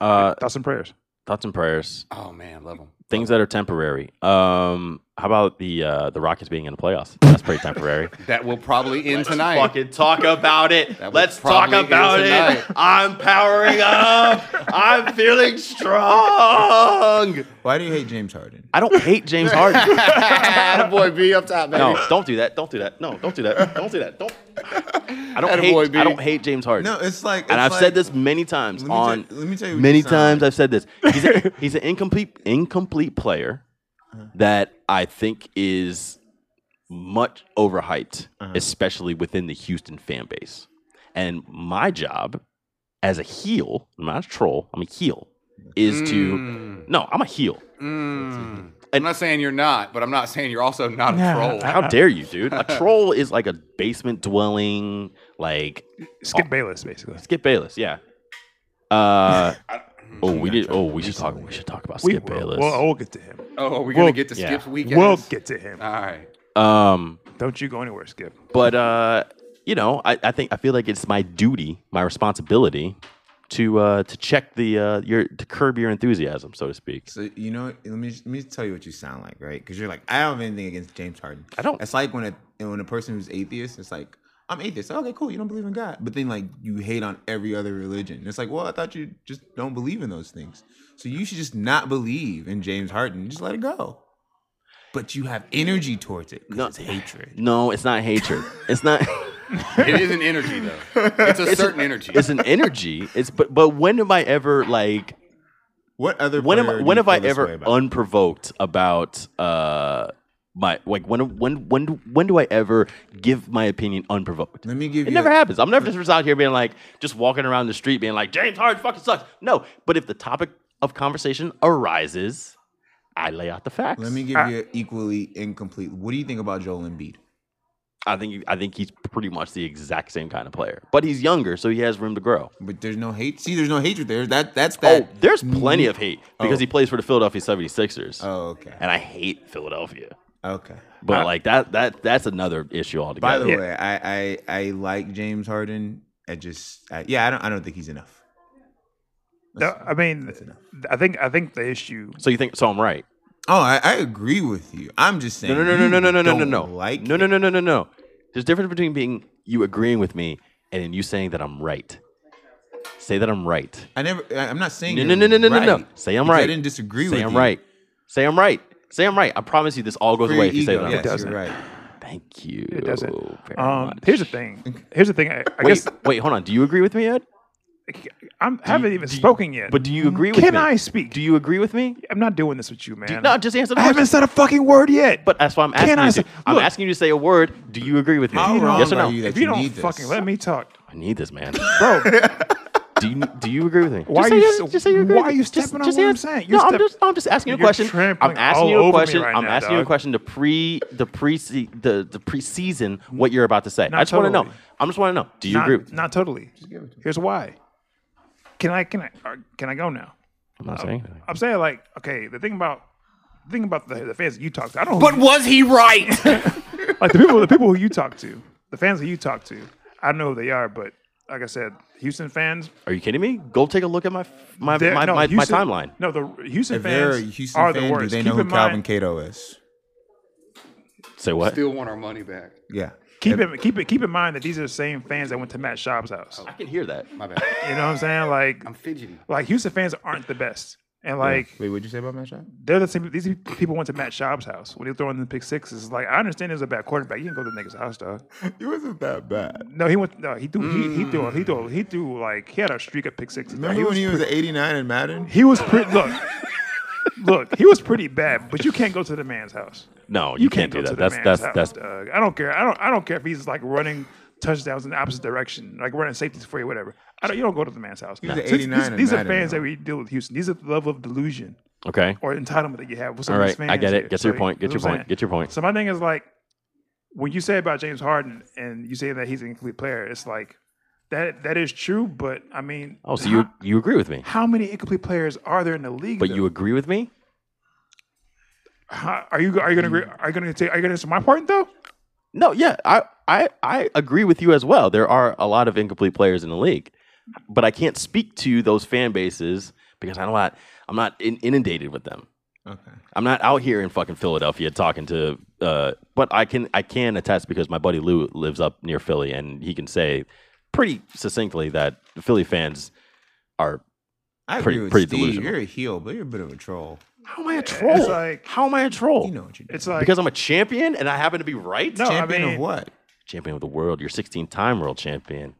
S7: uh
S10: Thoughts and prayers.
S7: thoughts and prayers.
S8: Oh man, love them.
S7: Things that are temporary. Um how about the uh the Rockets being in the playoffs? That's pretty temporary.
S8: That will probably end tonight.
S7: Fucking talk about it.
S8: That was
S7: Let's talk
S8: probably it
S7: about it.
S8: tonight.
S7: I'm powering up. I'm feeling strong.
S9: Why do you hate James Harden?
S7: I don't hate James Harden.
S8: boy, be up top, baby.
S7: No, don't do that. Don't do that. No, don't do that. Don't do that. Don't. I don't
S8: Attaboy,
S7: hate. I
S8: B.
S7: don't hate James Harden.
S9: No, it's like.
S7: and
S9: it's
S7: I've
S9: like-
S7: said this many times
S9: Let me
S7: on
S9: tell- let me tell you what
S7: many
S9: you sound
S7: times
S9: like.
S7: I've said this. He's a, he's an incomplete incomplete player
S9: Uh-huh.
S7: that I think is much overhyped,
S9: Uh-huh.
S7: especially within the Houston fan base. And my job as a heel, I'm not a troll, I'm a heel, is to
S9: Mm.
S7: no, I'm a heel.
S9: Hmm.
S8: I'm not saying you're not, but I'm not saying you're also not a troll.
S7: How dare you, dude? A troll is like a basement dwelling, like
S10: Skip Bayless, basically.
S7: oh. Skip Bayless, yeah. Uh, oh, we did. Oh, we should talk. We should talk about Skip
S10: will.
S7: Bayless.
S10: Well, we'll get to him.
S9: Uh,
S8: oh, are we gonna
S10: Well,
S8: get to
S7: yeah.
S8: Skip's weekend?
S10: We'll get to him.
S8: All right.
S9: oh.
S7: Um,
S10: Don't you go anywhere, Skip.
S7: but uh, you know, I, I think I feel like it's my duty, my responsibility, to uh, to check the uh, your to curb your enthusiasm, so to speak.
S9: So you know, let me let me tell you what you sound like, right? Because you're like, I don't have anything against James Harden.
S7: I don't.
S9: It's like when a when a person who's atheist, it's like, I'm atheist. Okay, cool. You don't believe in God, but then like you hate on every other religion. It's like, well, I thought you just don't believe in those things. So you should just not believe in James Harden. Just let it go. But you have energy towards it. 'cause
S7: No.
S9: it's hatred.
S7: No, it's not hatred. It's not.
S8: It is an energy though. It's a certain energy.
S7: It's an energy. It's but but when am I ever like
S9: What other?
S7: when am
S9: player
S7: I-
S9: do
S7: when
S9: you
S7: have I
S9: feel this way
S7: ever
S9: about?
S7: unprovoked about uh my like when when when when do I ever give my opinion unprovoked?
S9: Let me give
S7: It
S9: you
S7: never
S9: a-
S7: happens. I'm never just out here being like just walking around the street being like James Harden fucking sucks. No, but if the topic of conversation arises, I lay out the facts.
S9: Let me give you an equally incomplete. What do you think about Joel Embiid?
S7: I think I think he's pretty much the exact same kind of player, but he's younger, so he has room to grow.
S9: But there's no hate. See, there's no hatred there. That that's that.
S7: oh, there's plenty of hate because
S9: Oh.
S7: he plays for the Philadelphia 76ers.
S9: Oh, okay.
S7: And I hate Philadelphia.
S9: Okay.
S7: But like that that that's another issue altogether.
S9: By the way, I, I I like James Harden. I just I, yeah, I don't I don't think he's enough.
S10: No, I mean, I think I think the issue.
S7: So you think so? I'm right.
S9: Oh, I, I agree with you. I'm just saying.
S7: No, no, no, no,
S9: you
S7: no, no, no, no, no,
S9: don't
S7: no.
S9: Like
S7: no, no, no, no, no, no. There's a difference between being you agreeing with me and then you saying that I'm right. Say that I'm right.
S9: I never. I, am not saying.
S7: No, no,
S9: you're
S7: no, no, no, no, no.
S9: right,
S7: Say I'm
S9: because
S7: right.
S9: I didn't disagree
S7: Say
S9: with
S7: I'm
S9: you.
S7: right. Say I'm right. Say I'm right. I promise you, this all goes
S9: For
S7: away
S9: your
S7: if you say
S9: ego,
S7: that I'm
S9: yes,
S7: right.
S9: you're right.
S7: Thank you.
S10: It doesn't.
S7: Very
S10: Um,
S7: much.
S10: here's the thing. Here's the thing. I, I
S7: Oh, Wait,
S10: guess
S7: wait, hold on. Do you agree with me, Ed?
S10: I'm haven't even
S7: do you-
S10: spoken yet.
S7: But do you agree with
S10: Can
S7: me?
S10: I speak?
S7: Do you agree with me?
S10: I'm not doing this with you, man.
S7: no, just answer the
S10: I haven't
S7: question.
S10: said a fucking word yet.
S7: But that's why I'm asking
S10: Can I
S7: you.
S10: say-
S7: to. I'm
S10: look.
S7: asking you to say a word. Do you agree with me?
S9: How wrong
S7: yes or no?
S9: are you that
S10: if you
S9: you
S10: don't
S9: need
S10: fucking
S9: this?
S10: let me talk,
S7: I need this, man.
S10: bro.
S7: Do you do you agree with me?
S10: Why
S7: just
S10: are you
S7: say yes-
S10: so-
S7: just say you agree
S10: why
S7: with
S10: are
S7: me.
S10: you
S7: Just-
S10: stepping on
S7: just
S10: what I'm
S7: answer-
S10: saying? You're
S7: No, I'm
S10: step-
S7: just I'm just asking you a
S10: You're
S7: question. I'm
S10: trampling
S7: asking
S10: all
S7: you
S10: over
S7: a
S10: me
S7: question.
S10: right
S7: I'm
S10: now,
S7: asking you a
S10: dog.
S7: question to pre the pre the the preseason what you're about to say.
S10: Not
S7: I just want to know.
S10: totally.
S7: I just want to know. Do you
S10: not,
S7: agree? With me?
S10: Not totally. Here's why. Can I can I uh, can I go now?
S7: I'm
S10: Oh.
S7: not saying. anything.
S10: I'm saying like okay, the thing about the thing about the, the fans that you talk to, I don't
S8: But was he right?
S10: like the people the people who you talk to, the fans that you talk to. I know who they are, but like I said, Houston fans.
S7: Are you kidding me? Go take a look at my my
S10: they're-
S7: my,
S10: no,
S7: my,
S10: Houston-
S7: my timeline.
S10: No, the Houston
S9: If they're
S10: fans
S9: a Houston
S10: are the
S9: fan, do
S10: worst.
S9: they
S10: keep
S9: know who
S10: in
S9: Calvin
S10: mind,
S9: Cato is?
S7: Say what?
S8: Still want our money back.
S9: Yeah.
S10: keep it keep it keep in mind that these are the same fans that went to Matt Schaub's house.
S7: I can hear that.
S8: My bad.
S10: You know what I'm saying? Like
S8: I'm fidgety.
S10: like Houston fans aren't the best, and like
S9: Wait, what'd you say about my shot?
S10: they're the same. These people went to Matt Schaub's house when he was throwing the pick sixes. It's Like I understand there's a bad quarterback. You can go to the nigga's house, dog.
S9: It wasn't that bad.
S10: No, he went. No, he threw. He, he threw. He threw. He threw like he had a streak of pick sixes. dog.
S9: Remember
S10: he
S9: when
S10: was
S9: he was 89 in Madden?
S10: he was pretty. Look, look, he was pretty bad. But you can't go to the man's house.
S7: No, Oh, you, can't,
S10: go
S7: do
S10: to
S7: that.
S10: the
S7: That's
S10: man's
S7: that's
S10: house,
S7: that's
S10: dog. I don't care. I don't. I don't care if he's like running touchdowns in the opposite direction, like running safeties for you, whatever. I don't. You don't go to the man's house.
S9: was
S10: This-
S9: an 89
S10: these
S9: in
S10: these are
S9: Madden,
S10: fans
S9: though.
S10: that we deal with Houston. These are the level of delusion
S7: okay.
S10: or entitlement that you have with some
S7: All
S10: of these
S7: right,
S10: fans.
S7: I get it.
S10: here.
S7: Get your
S10: So,
S7: point.
S10: you
S7: Get
S10: know
S7: your
S10: what I'm
S7: point. Get your point.
S10: So my thing is like, when you say about James Harden and you say that he's an incomplete player, it's like that that is true. But I mean,
S7: Oh, so you
S10: how,
S7: you agree with me?
S10: how many incomplete players are there in the league?
S7: But
S10: though?
S7: you agree with me?
S10: How- are you are you gonna agree? Are you gonna take? Are you gonna answer my point though?
S7: No, yeah, I, I I agree with you as well. There are a lot of incomplete players in the league, but I can't speak to those fan bases because I'm not I'm not in, inundated with them.
S9: Okay.
S7: I'm not out here in fucking Philadelphia talking to. Uh, but I can I can attest because my buddy Lou lives up near Philly, and he can say pretty succinctly that the Philly fans are.
S9: I
S7: Pretty-
S9: agree with
S7: pretty
S9: Steve.
S7: delusional.
S9: You're a heel, but you're a bit of a troll.
S7: How am I a troll?
S10: like-
S7: How am I a troll?
S9: You know what you do.
S10: It's like
S7: because I'm a champion and I happen to be right.
S10: no, I
S9: Champion
S10: mean,
S9: of what?
S7: Champion of the world. You're 16 time world champion.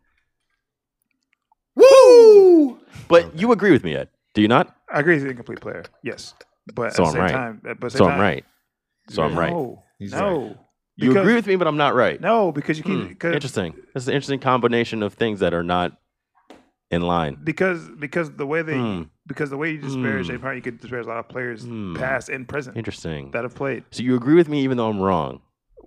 S9: Woo!
S7: But you agree with me, Ed? Do you not?
S10: I agree he's an incomplete player. Yes, but
S7: So
S10: at the
S7: I'm
S10: same
S7: right.
S10: time, but at the
S7: So
S10: same
S7: I'm
S10: time-
S7: right. So I'm right.
S10: No,
S9: He's
S10: no.
S7: You
S10: Oh, Because-
S7: agree with me, but I'm not right.
S10: No, because you
S7: Hmm,
S10: keep because
S7: Interesting. This is an interesting combination of things that are not in line.
S10: because because the way they
S7: Hmm.
S10: because the way you disparage
S7: Hmm.
S10: James Harden, you could disparage a lot of players
S7: Hmm.
S10: past and present
S7: Interesting.
S10: that have played.
S7: So you agree with me, even though I'm wrong.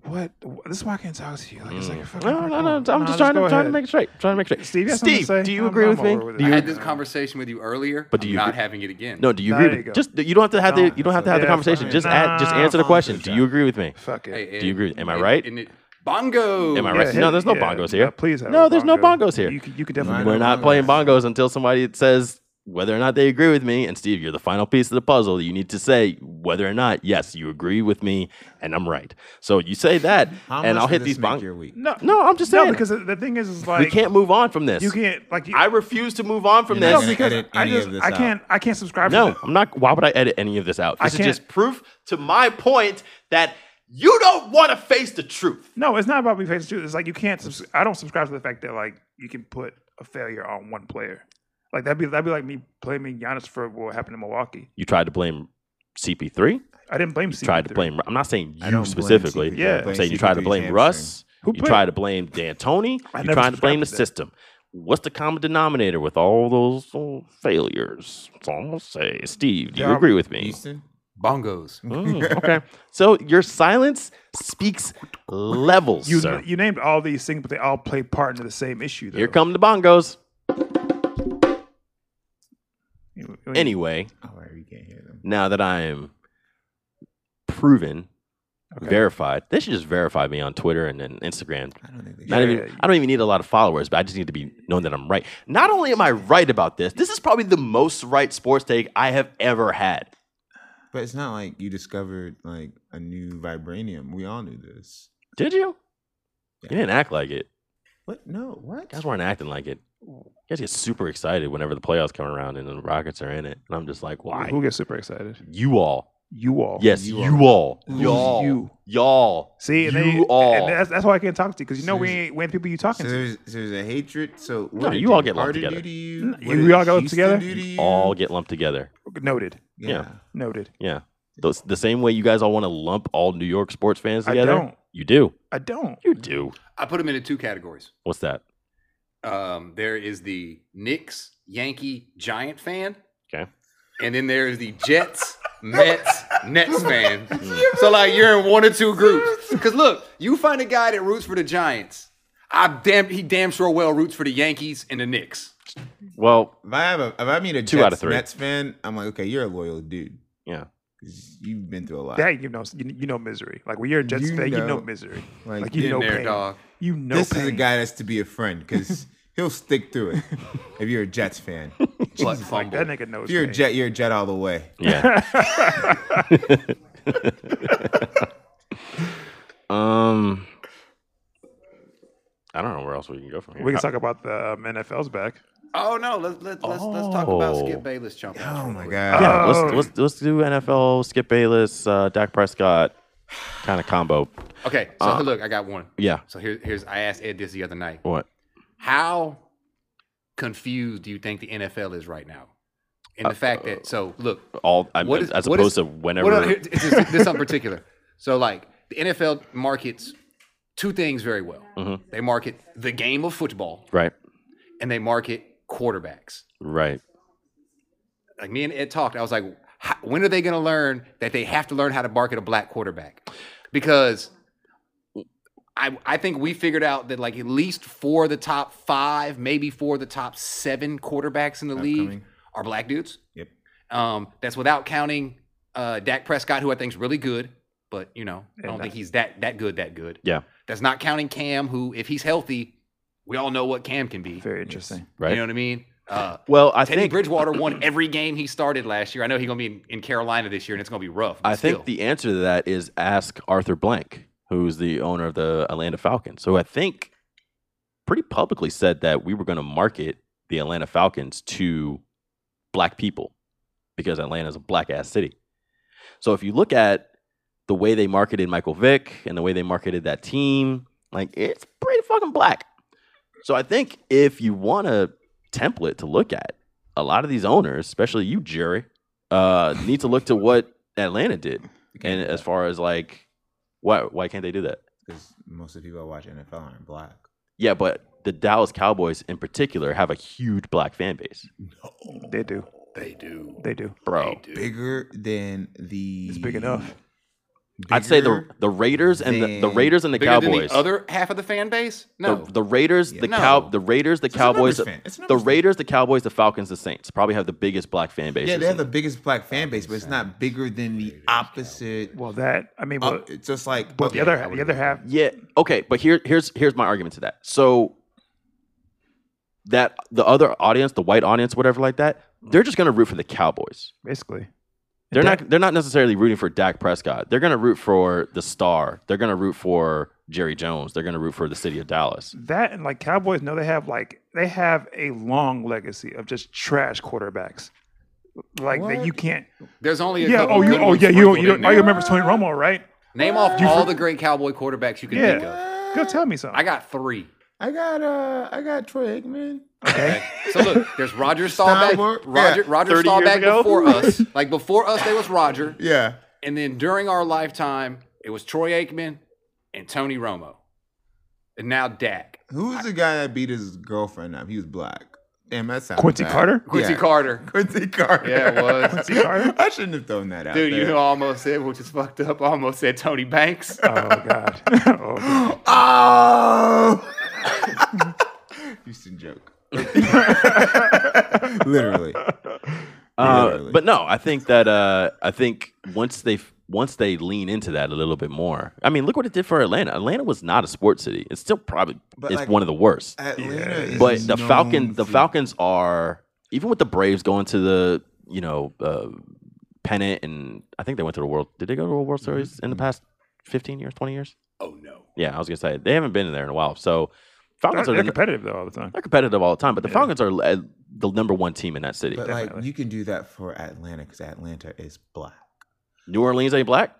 S10: What? This is why I can't talk to you. Like it's like a
S7: Mm.
S10: fucking.
S7: No, no, no. I'm
S10: Nah,
S7: just trying
S10: go
S7: to trying to
S10: ahead.
S7: make it straight. Trying to make it straight.
S10: Steve, you have something to
S7: Steve,
S10: say?
S7: do you
S10: I'm-
S7: agree
S10: I'm
S7: with me?
S10: over with
S7: Do
S10: it.
S8: I
S7: you,
S8: had this conversation with you earlier.
S7: But
S8: But
S7: do
S8: do
S7: you
S8: not
S7: agree-
S8: having it again.
S7: no, do you
S10: Nah,
S7: agree?
S10: there
S7: with,
S10: you go.
S7: just you don't have to have the
S9: Nah,
S7: you don't have to have the
S10: Yeah,
S7: conversation.
S10: fine.
S7: Just add, just
S10: Nah,
S7: answer the
S9: fine.
S7: question. Do you agree with me?
S10: Fuck it.
S8: Hey,
S7: Do you
S8: Ed,
S7: agree? Am I
S8: Ed,
S7: right?
S8: isn't it- Bongo.
S7: Am I right?
S10: Yeah,
S7: No, there's no
S10: yeah.
S7: bongos here.
S10: No, please have
S7: No,
S10: a
S7: there's no
S10: bongo.
S7: bongos here.
S10: You can, you can definitely.
S9: Mine
S10: get
S7: We're
S10: a
S9: are
S7: not
S9: bongos.
S7: playing bongos until somebody says whether or not they agree with me. And Steve, you're the final piece of the puzzle. You need to say whether or not, yes, you agree with me and I'm right. So you say that,
S9: How
S7: and
S9: much
S7: I'll
S9: did
S7: hit
S9: this
S7: these
S9: make your
S7: bongos.
S9: week?
S10: No,
S7: No, I'm just
S10: no,
S7: saying.
S10: because the- the thing is, is
S7: we
S10: like
S7: can't move on from this.
S10: You can't like. You,
S7: I refuse to move on from
S9: You're not
S7: this.
S9: gonna
S10: because
S9: edit
S10: I
S9: any
S10: just
S9: of this
S10: I
S9: out.
S10: can't I can't subscribe.
S7: No,
S10: to
S7: I'm not. Why would I edit any of this out?
S10: I
S7: This is
S10: can't-
S7: just proof to my point that you don't want to face the truth.
S10: No, it's not about me facing truth. It's like you can't. Subs- I don't subscribe to the fact that like you can put a failure on one player. Like that'd be that'd be like me blaming Giannis for what happened in Milwaukee.
S7: You tried to blame CP3. You
S10: I didn't blame. You
S7: tried to blame. I'm not saying
S9: I don't
S7: you
S9: blame
S7: specifically.
S9: CP3.
S10: Yeah.
S9: I blame
S7: I'm saying you try to
S9: CP3's
S7: blame
S9: hamstring.
S7: Russ.
S10: Who
S7: you
S10: played-
S7: try to blame D'Antoni.
S10: I
S7: You
S10: never
S7: try to blame
S10: subscribed
S7: the
S10: to that.
S7: system. What's the common denominator with all those uh, failures? That's all I'm gonna say. Steve, do you
S10: Yeah,
S7: agree with me?
S9: Houston?
S8: Bongos.
S7: Mm, okay. So your silence speaks levels,
S10: You
S7: sir.
S10: you named all these things, but they all play part into the same issue. Though.
S7: Here come the bongos.
S10: You- you-
S7: Anyway,
S9: All right, Oh, we can't hear them.
S7: now that I am proven,
S10: Okay.
S7: verified, they should just verify me on Twitter and then Instagram.
S9: I don't think they
S7: Not
S9: should.
S7: even,
S10: Yeah.
S7: I don't even need a lot of followers, but I just need to be known that I'm right. Not only am I right about this, this is probably the most right sports take I have ever had.
S9: But it's not like you discovered like a new vibranium. We all knew this.
S7: Did you? You didn't act like it.
S9: What? No. What?
S7: You guys weren't acting like it. You guys get super excited whenever the playoffs come around and the Rockets are in it. And I'm just like, why?
S10: Who gets super excited?
S7: You all.
S10: You all.
S7: Yes, you,
S10: You
S7: all.
S10: Who's
S7: Y'all.
S10: you?
S7: Y'all.
S10: See, and,
S7: you
S10: they,
S7: all.
S10: and that's, that's why I can't talk to you because you know we
S9: Seriously.
S10: ain't when people you talking
S9: So
S10: to.
S9: there's, so there's a hatred. So what
S7: No,
S9: did
S7: you all
S9: Jimmy
S7: get lumped
S9: Carter
S7: together.
S9: Do to you?
S10: No,
S9: What
S10: you
S9: did
S10: all go
S9: Houston
S10: together?
S9: do to you?
S7: all get lumped together.
S10: Noted.
S9: yeah.
S10: Noted.
S7: Yeah. Those, the same way you guys all want to lump all New York sports fans
S10: I
S7: together.
S10: don't.
S7: You do.
S10: I don't.
S7: You do.
S8: I put them into two categories.
S7: What's that?
S8: Um, there is the Knicks, Yankee, Giant fan.
S7: Okay.
S8: And then there is the Jets, Mets, Nets fan. So like you're in one or two groups. Because look, you find a guy that roots for the Giants. I damn he damn sure well roots for the Yankees and the Knicks.
S7: Well,
S9: If I have a, if I meet a
S7: Two
S9: Jets,
S7: out of three.
S9: Nets fan, I'm like, okay, you're a loyal dude.
S7: yeah.
S9: 'Cause You've been through a lot.
S10: That you know, you, you know misery. Like when you're a Jets
S9: You
S10: fan, you know
S9: know-
S10: misery.
S9: like,
S10: Like, you
S9: been
S10: know
S8: there,
S10: pain.
S8: dog.
S10: You know
S9: this
S10: pain.
S9: is a guy that's to be a friend because he'll stick through it. If you're a Jets fan,
S8: But
S10: That nigga knows.
S9: if you're a
S10: pain.
S9: Jet, you're a Jet all the way.
S7: Yeah. um, I don't know where else we can go from here.
S10: We can talk about the um, NFL's back.
S8: Oh no, let's let's let's, let's talk about
S7: Oh.
S8: Skip Bayless chump.
S9: Oh my
S7: Uh,
S9: god.
S7: yeah, let's,
S10: Oh.
S7: let's, let's do NFL, Skip Bayless, uh, Dak Prescott kind of combo.
S8: Okay, so look, I got one.
S7: Yeah.
S8: So here, here's I asked Ed this the other night.
S7: What?
S8: How confused do you think the NFL is right now? In the fact that so look,
S7: All I,
S8: What is-
S7: as
S8: what is-
S7: opposed to whenever.
S8: Well, no, here- it's just- this in particular. So, like the NFL markets two things very well.
S7: Mm-hmm.
S8: They market the game of football
S7: right.
S8: and they market quarterbacks.
S7: Right.
S8: Like me and Ed talked, I was like, "How- when are they going to learn that they have to learn how to market a black quarterback? Because I, I think we figured out that like at least four of the top five, maybe four of the top seven quarterbacks in the league
S9: Upcoming.
S8: are black dudes.
S9: Yep.
S8: Um, that's without counting uh, Dak Prescott, who I think is really good, but you know, I don't think he's that that good. That good.
S7: Yeah.
S8: That's not counting Cam, who if he's healthy, we all know what Cam can be.
S10: Very interesting.
S7: Right.
S8: You know what I mean? Uh,
S7: well, I
S8: Teddy
S7: think
S8: Bridgewater won every game he started last year. I know he's gonna be in, in Carolina this year, and it's gonna be rough. but
S7: I
S8: still.
S7: think the answer to that is ask Arthur Blank, who's the owner of the Atlanta Falcons, who I think pretty publicly said that we were going to market the Atlanta Falcons to black people because Atlanta is a black ass city. So if you look at the way they marketed Michael Vick and the way they marketed that team, like it's pretty fucking black. So I think if you want a template to look at, a lot of these owners, especially you, Jerry, uh, need to look to what Atlanta did.
S9: can't
S7: And
S9: do
S7: as
S9: that.
S7: far as like, why why can't they do that?
S9: Because most of the people that watch NFL aren't black.
S7: Yeah, but the Dallas Cowboys in particular have a huge black fan base,
S10: They do.
S8: they do.
S10: They do.
S7: bro.
S9: Bigger than the.
S10: It's big enough.
S7: I'd say the
S9: bigger
S7: the Raiders and the, the
S9: than-
S7: Raiders and the
S8: Bigger than
S7: Cowboys.
S8: the other half of the fan base?
S7: the,
S8: No.
S7: the Raiders, the
S9: Yeah.
S7: cow,
S8: No.
S7: the Raiders, the
S9: It's a numbers
S7: Cowboys, the,
S9: fan. It's a
S7: the
S9: numbers fan.
S7: Raiders, the Cowboys, the Falcons, the Saints probably have the biggest black fan base.
S9: Yeah, they have the biggest black fan base, but it's not bigger than the opposite.
S10: Well, that I mean,
S9: Uh,
S10: but,
S9: it's just like
S10: but the
S9: okay,
S10: other the other half.
S7: Yeah. Okay, but here here's here's my argument to that. So that the other audience, the white audience, whatever like that, they're just gonna root for the Cowboys.
S10: Basically,
S7: They're not they're not necessarily rooting for Dak Prescott. They're gonna root for the star. They're gonna root for Jerry Jones. They're gonna root for the city of Dallas.
S10: that and like Cowboys know they have like they have a long legacy of just trash quarterbacks. Like that you can't.
S8: There's only a
S10: Yeah.
S8: couple
S10: Oh, you.
S8: good
S10: Oh,
S8: ones
S10: yeah. You don't. You
S8: sprinkled in
S10: don't. All you
S8: there.
S10: remember is Tony Romo, right?
S8: Name off
S10: You
S8: all
S10: for-
S8: the great cowboy quarterbacks you can think of.
S10: Yeah. Go tell me something.
S8: I got three.
S9: I got uh, I got Troy Aikman.
S10: okay.
S8: So look, there's Roger Staubach.
S9: Steinberg, yeah,
S8: Roger Roger
S7: 30 years
S8: Staubach
S7: ago.
S8: before us. Like before us, there was Roger,
S9: Yeah,
S8: and then during our lifetime, it was Troy Aikman and Tony Romo, and now Dak,
S9: who was the guy that beat his girlfriend up? He was black. Damn, that sounds
S10: Quincy
S9: bad.
S10: Carter?
S8: Quincy
S9: Yeah.
S8: Carter.
S9: Quincy Carter.
S8: Yeah, it was.
S10: Quincy Carter?
S9: I shouldn't have thrown that out.
S8: Dude, you
S9: there.
S8: know, I almost said, which is fucked up. I almost said Tony Banks.
S10: Oh God. Oh, God.
S9: Oh. Houston joke. Literally.
S7: Uh,
S9: Literally.
S7: but no, I think that uh, I think once they once they lean into that a little bit more. I mean, look what it did for Atlanta. Atlanta was not a sports city. It's still probably
S9: But,
S7: it's
S9: like,
S7: one of the worst.
S9: Atlanta is
S7: But the
S9: known
S7: Falcon the
S9: for-
S7: Falcons are even with the Braves going to the you know uh, pennant and I think they went to the World. Did they go to a World Series in the
S9: Mm-hmm.
S7: past fifteen years, twenty years?
S8: Oh no.
S7: Yeah, I was gonna say they haven't been in there in a while. So Falcons
S10: They're,
S7: are
S10: they're
S7: the-
S10: competitive though all the time.
S7: they're competitive all the time, but the Falcons are uh, the number one team in that city.
S9: But like
S10: Definitely.
S9: you can do that for Atlanta because Atlanta is black.
S7: New Orleans ain't black.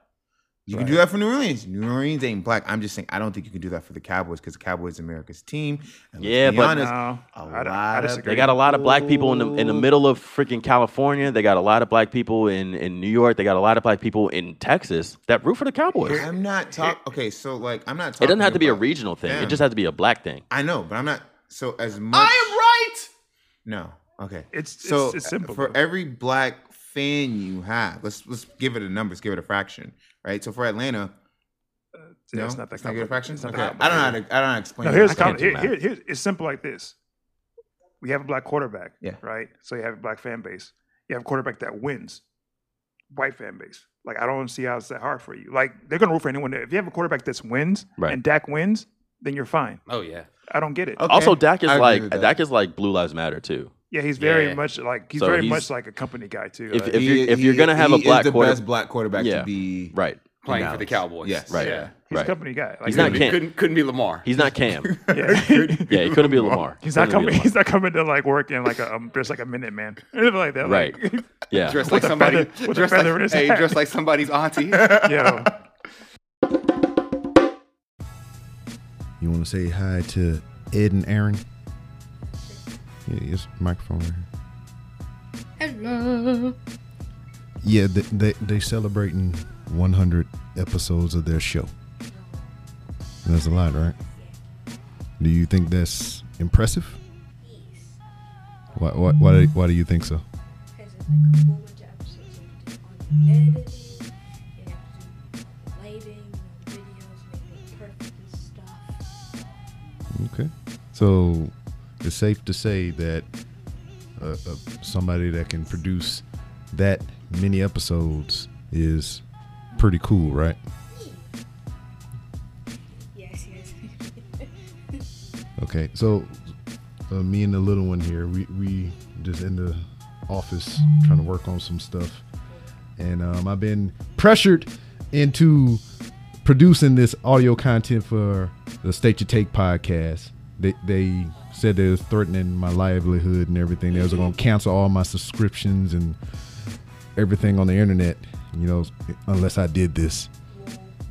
S9: You can do that for New Orleans. New Orleans ain't black. I'm just saying, I don't think you can do that for the Cowboys because the Cowboys are America's team. And let's
S7: Yeah,
S9: be
S7: but-
S9: honest,
S10: No,
S9: a
S10: I,
S9: lot
S10: I
S9: of-
S10: disagree.
S7: They got a lot of black people in the in the middle of freaking California. They got a lot of black people in, in New York. They got a lot of black people in Texas that root for the Cowboys. It
S9: I'm not talking. Okay, so like, I'm not talking.
S7: doesn't have to be a
S9: about-
S7: regional thing.
S9: Yeah.
S7: It just has to be a black thing.
S9: I know, but I'm not. So as much. I am right. No. Okay.
S10: It's- it's-
S9: so
S10: it's
S9: uh,
S10: simple,
S9: for
S10: though.
S9: every black fan you have. Let's let's give it a numbers. Give it a fraction. Right. So for Atlanta,
S10: Yeah,
S9: no,
S10: it's not that
S9: give it a
S10: compli-
S9: fraction.
S10: it's not
S9: Okay.
S10: that
S9: I don't know. How to, I
S10: complicated.
S9: don't know how to explain.
S10: No,
S9: it.
S10: here's
S9: I
S10: the
S9: can't
S10: comment.
S9: do
S10: Here,
S9: math.
S10: here, here's, it's simple like this. We have a black quarterback,
S9: Yeah.
S10: right? So you have a black fan base. You have a quarterback that wins, white fan base. Like I don't see how it's that hard for you. Like they're gonna root for anyone. If you have a quarterback that wins
S7: Right.
S10: and Dak wins, then you're fine.
S8: Oh yeah.
S10: I don't get it.
S9: Okay,
S7: Also, Dak is
S9: I agree
S7: like
S9: with that.
S7: Dak is like Blue Lives Matter too.
S10: Yeah, he's very
S8: Yeah.
S10: much like he's
S7: So
S10: very
S7: he's-
S10: much like a company guy too.
S7: If-
S10: Like,
S7: if- you're-
S9: He-
S7: you're gonna have
S9: he
S7: a black
S9: is the
S7: quarter-
S9: best black quarterback
S7: Yeah.
S9: to be
S7: Right.
S8: Playing for
S9: announced.
S8: the Cowboys.
S9: Yes.
S7: Right.
S8: Yeah.
S10: he's
S7: right.
S10: a company guy. Like,
S7: He's not
S10: yeah,
S7: Cam.
S8: Couldn't couldn't be Lamar.
S7: He's not Cam.
S10: yeah.
S7: yeah, he couldn't be Lamar.
S10: He's not
S7: Couldn't be
S10: coming.
S7: Lamar.
S10: He's not coming to like work in like a um, just like a minute man, anything like that.
S7: Right.
S10: Like,
S7: Yeah.
S8: Dressed
S10: With
S8: like
S10: a
S8: somebody.
S10: feather- with a
S8: Dressed
S10: feather in
S8: like,
S10: his
S8: hey,
S10: hat.
S8: dressed like somebody's auntie.
S10: yo,
S11: You want to say hi to Ed and Aaron? Yeah, yes, microphone right here.
S12: Hello.
S11: Yeah, they, they they celebrating 100 episodes of their show. That's a lot, right? Do you think that's impressive? Why why why do, why do you think so?
S12: Because it's like a whole bunch of episodes on editing, you have to do lighting, videos, make it perfect and stuff.
S11: Okay, so it's safe to say that uh, uh, somebody that can produce that many episodes is pretty cool, right?
S12: Yes, yes.
S11: Okay, so uh, me and the little one here, we, we just in the office trying to work on some stuff, and um, I've been pressured into producing this audio content for the State Your Take podcast. They they said they was threatening my livelihood and everything. They was going to cancel all my subscriptions and everything on the internet, you know, unless I did this.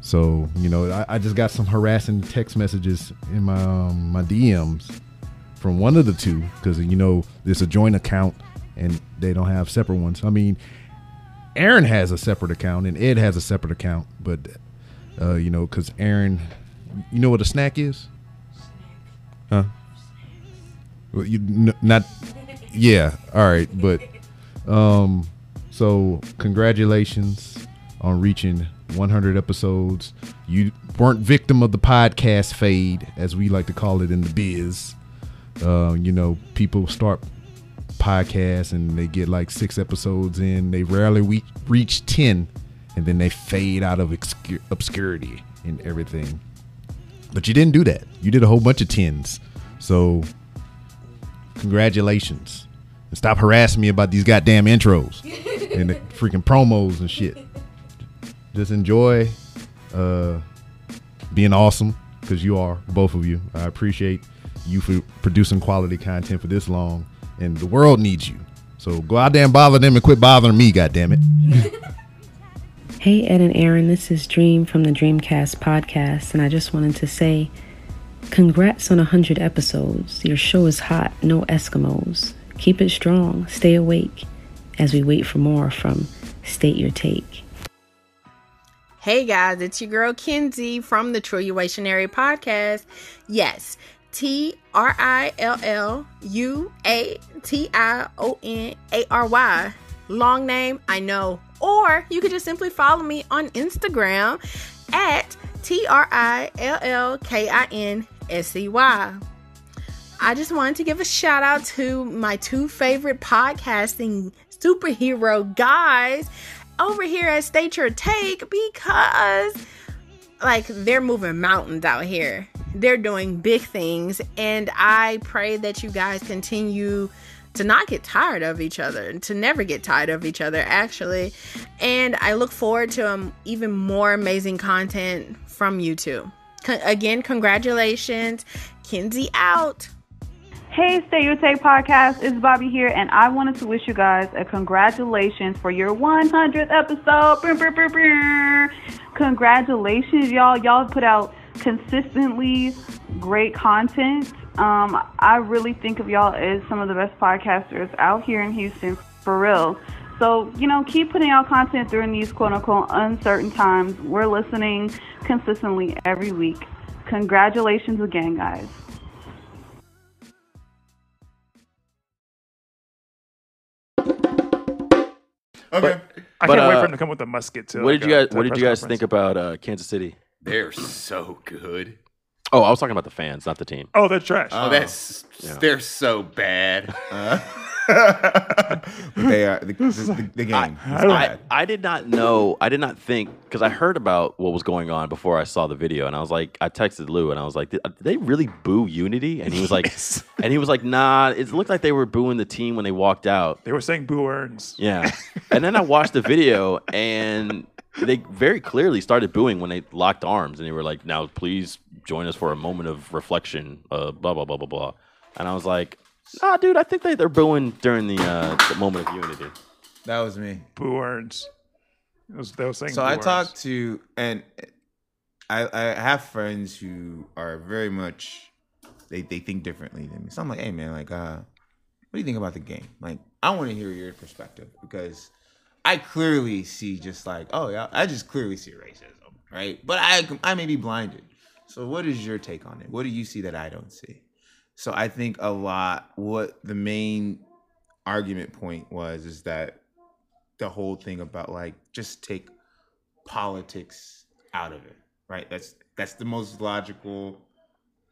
S11: So you know, I, I just got some harassing text messages in my um, my DMs from one of the two because you know there's a joint account and they don't have separate ones. I mean, Aaron has a separate account and Ed has a separate account, but uh, you know, because Aaron, you know what a snack is, huh? Well, you n- not, yeah, all right, but um, so congratulations on reaching 100 episodes. You weren't victim of the podcast fade, as we like to call it in the biz. Uh, you know, people start podcasts and they get like six episodes in. They rarely we- reach 10, and then they fade out of obscur- obscurity and everything. But you didn't do that. You did a whole bunch of tens. So, congratulations. And stop harassing me about these goddamn intros and the freaking promos and shit. Just enjoy uh, being awesome because you are, both of you. I appreciate you for producing quality content for this long, and the world needs you. So go out there and bother them and quit bothering me, goddammit.
S12: Hey, Ed and Aaron, this is Dream from the Dreamcast podcast, and I just wanted to say congrats on 100 episodes. Your show is hot, no Eskimos. Keep it strong, stay awake as we wait for more from State Your Take. Hey guys, it's your girl Kenzie from the Trilluationary Podcast. Yes, T R I L L U A T I O N A R Y. Long name, I know. Or you could just simply follow me on Instagram at T R I L L K I N S E Y. I just wanted to give a shout out to my two favorite podcasting superhero guys over here at State Your Take because, like, they're moving mountains out here. They're doing big things, and I pray that you guys continue to not get tired of each other, to never get tired of each other, actually. And I look forward to um, even more amazing content from you two. Con- again, congratulations. Kinsey out.
S13: Hey, Stay Your Take podcast. It's Bobby here, and I wanted to wish you guys a congratulations for your 100th episode. Brr, brr, brr, brr. Congratulations, y'all. Y'all put out consistently great content. Um, I really think of y'all as some of the best podcasters out here in Houston, for real. So, you know, keep putting out content during these quote unquote uncertain times. We're listening consistently every week. Congratulations again, guys.
S10: Okay. I
S7: But,
S10: can't wait
S7: uh,
S10: for him to come with a musket to.
S7: What
S10: like,
S7: did you
S10: uh,
S7: guys?
S10: to the
S7: What did
S10: press
S7: you guys
S10: conference.
S7: think about uh, Kansas City?
S8: They're so good.
S7: Oh, I was talking about the fans, not the team.
S10: Oh, they're trash.
S8: Oh, that's
S7: Yeah.
S8: they're so bad.
S9: they are the, the, the game. is
S7: I,
S9: bad.
S7: I did not know. I did not think because I heard about what was going on before I saw the video, and I was like, I texted Lou, and I was like, "Did did they really boo Unity?" And he was like, and he was like, Nah, it looked like they were booing the team when they walked out.
S10: They were saying Boo Earns.
S7: Yeah, and then I watched the video, and they very clearly started booing when they locked arms, and they were like, "Now, please join us for a moment of reflection." Uh, blah blah blah blah blah, and I was like, Nah, dude, I think they they're booing during the uh, the moment of unity.
S9: That was me.
S10: Boo Earns. It was, they were saying
S9: So
S10: Boo
S9: I
S10: Earns.
S9: talked to and I, I have friends who are very much they, they think differently than me. So I'm like, hey man, like uh what do you think about the game? Like I want to hear your perspective because I clearly see just like, oh yeah, I just clearly see racism, right? But I I may be blinded. So what is your take on it? What do you see that I don't see? So I think a lot what the main argument point was is that the whole thing about like just take politics out of it, right? That's that's the most logical.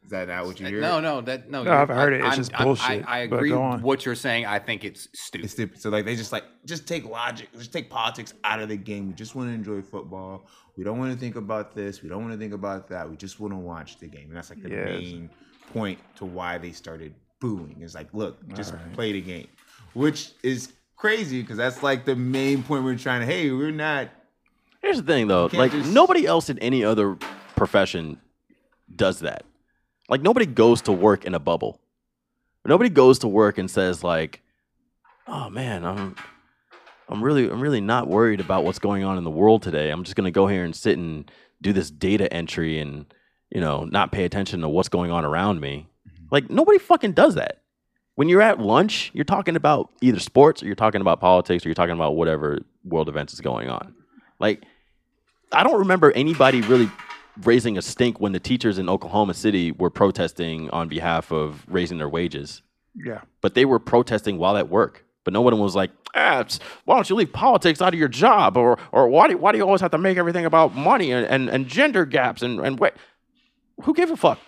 S9: Is that not what you hear?
S8: No, no, that no.
S9: No,
S8: you're-
S9: I haven't heard
S8: I-
S9: it. It's
S8: I'm-
S9: just
S8: I'm-
S9: bullshit,
S8: I, I
S9: but
S8: agree
S9: go
S8: with
S9: on.
S8: what you're saying. I think it's stupid.
S9: It's stupid. So like they just like just take logic, just take politics out of the game. We just want to enjoy football. We don't want to think about this. We don't want to think about that. We just want to watch the game, and that's like the
S10: Yes.
S9: main point to why they started booing. It's like, look, just
S10: Alright.
S9: play the game, which is crazy because that's like the main point we're trying to. Hey, we're not.
S7: Here's the thing, though.
S9: You can't
S7: Like
S9: just-
S7: nobody else in any other profession does that. Like nobody goes to work in a bubble. Nobody goes to work and says like, "Oh man, I'm, I'm really, I'm really not worried about what's going on in the world today. I'm just gonna go here and sit and do this data entry and, you know, not pay attention to what's going on around me."
S9: Mm-hmm.
S7: Like nobody fucking does that. When you're at lunch, you're talking about either sports or you're talking about politics or you're talking about whatever world events is going on. Like I don't remember anybody really raising a stink when the teachers in Oklahoma City were protesting on behalf of raising their wages.
S10: Yeah.
S7: But they were protesting while at work. But no one was like, ah, it's- why don't you leave politics out of your job? Or, or why, do, why do you always have to make everything about money and, and, and gender gaps? And, and what? Who gave a fuck?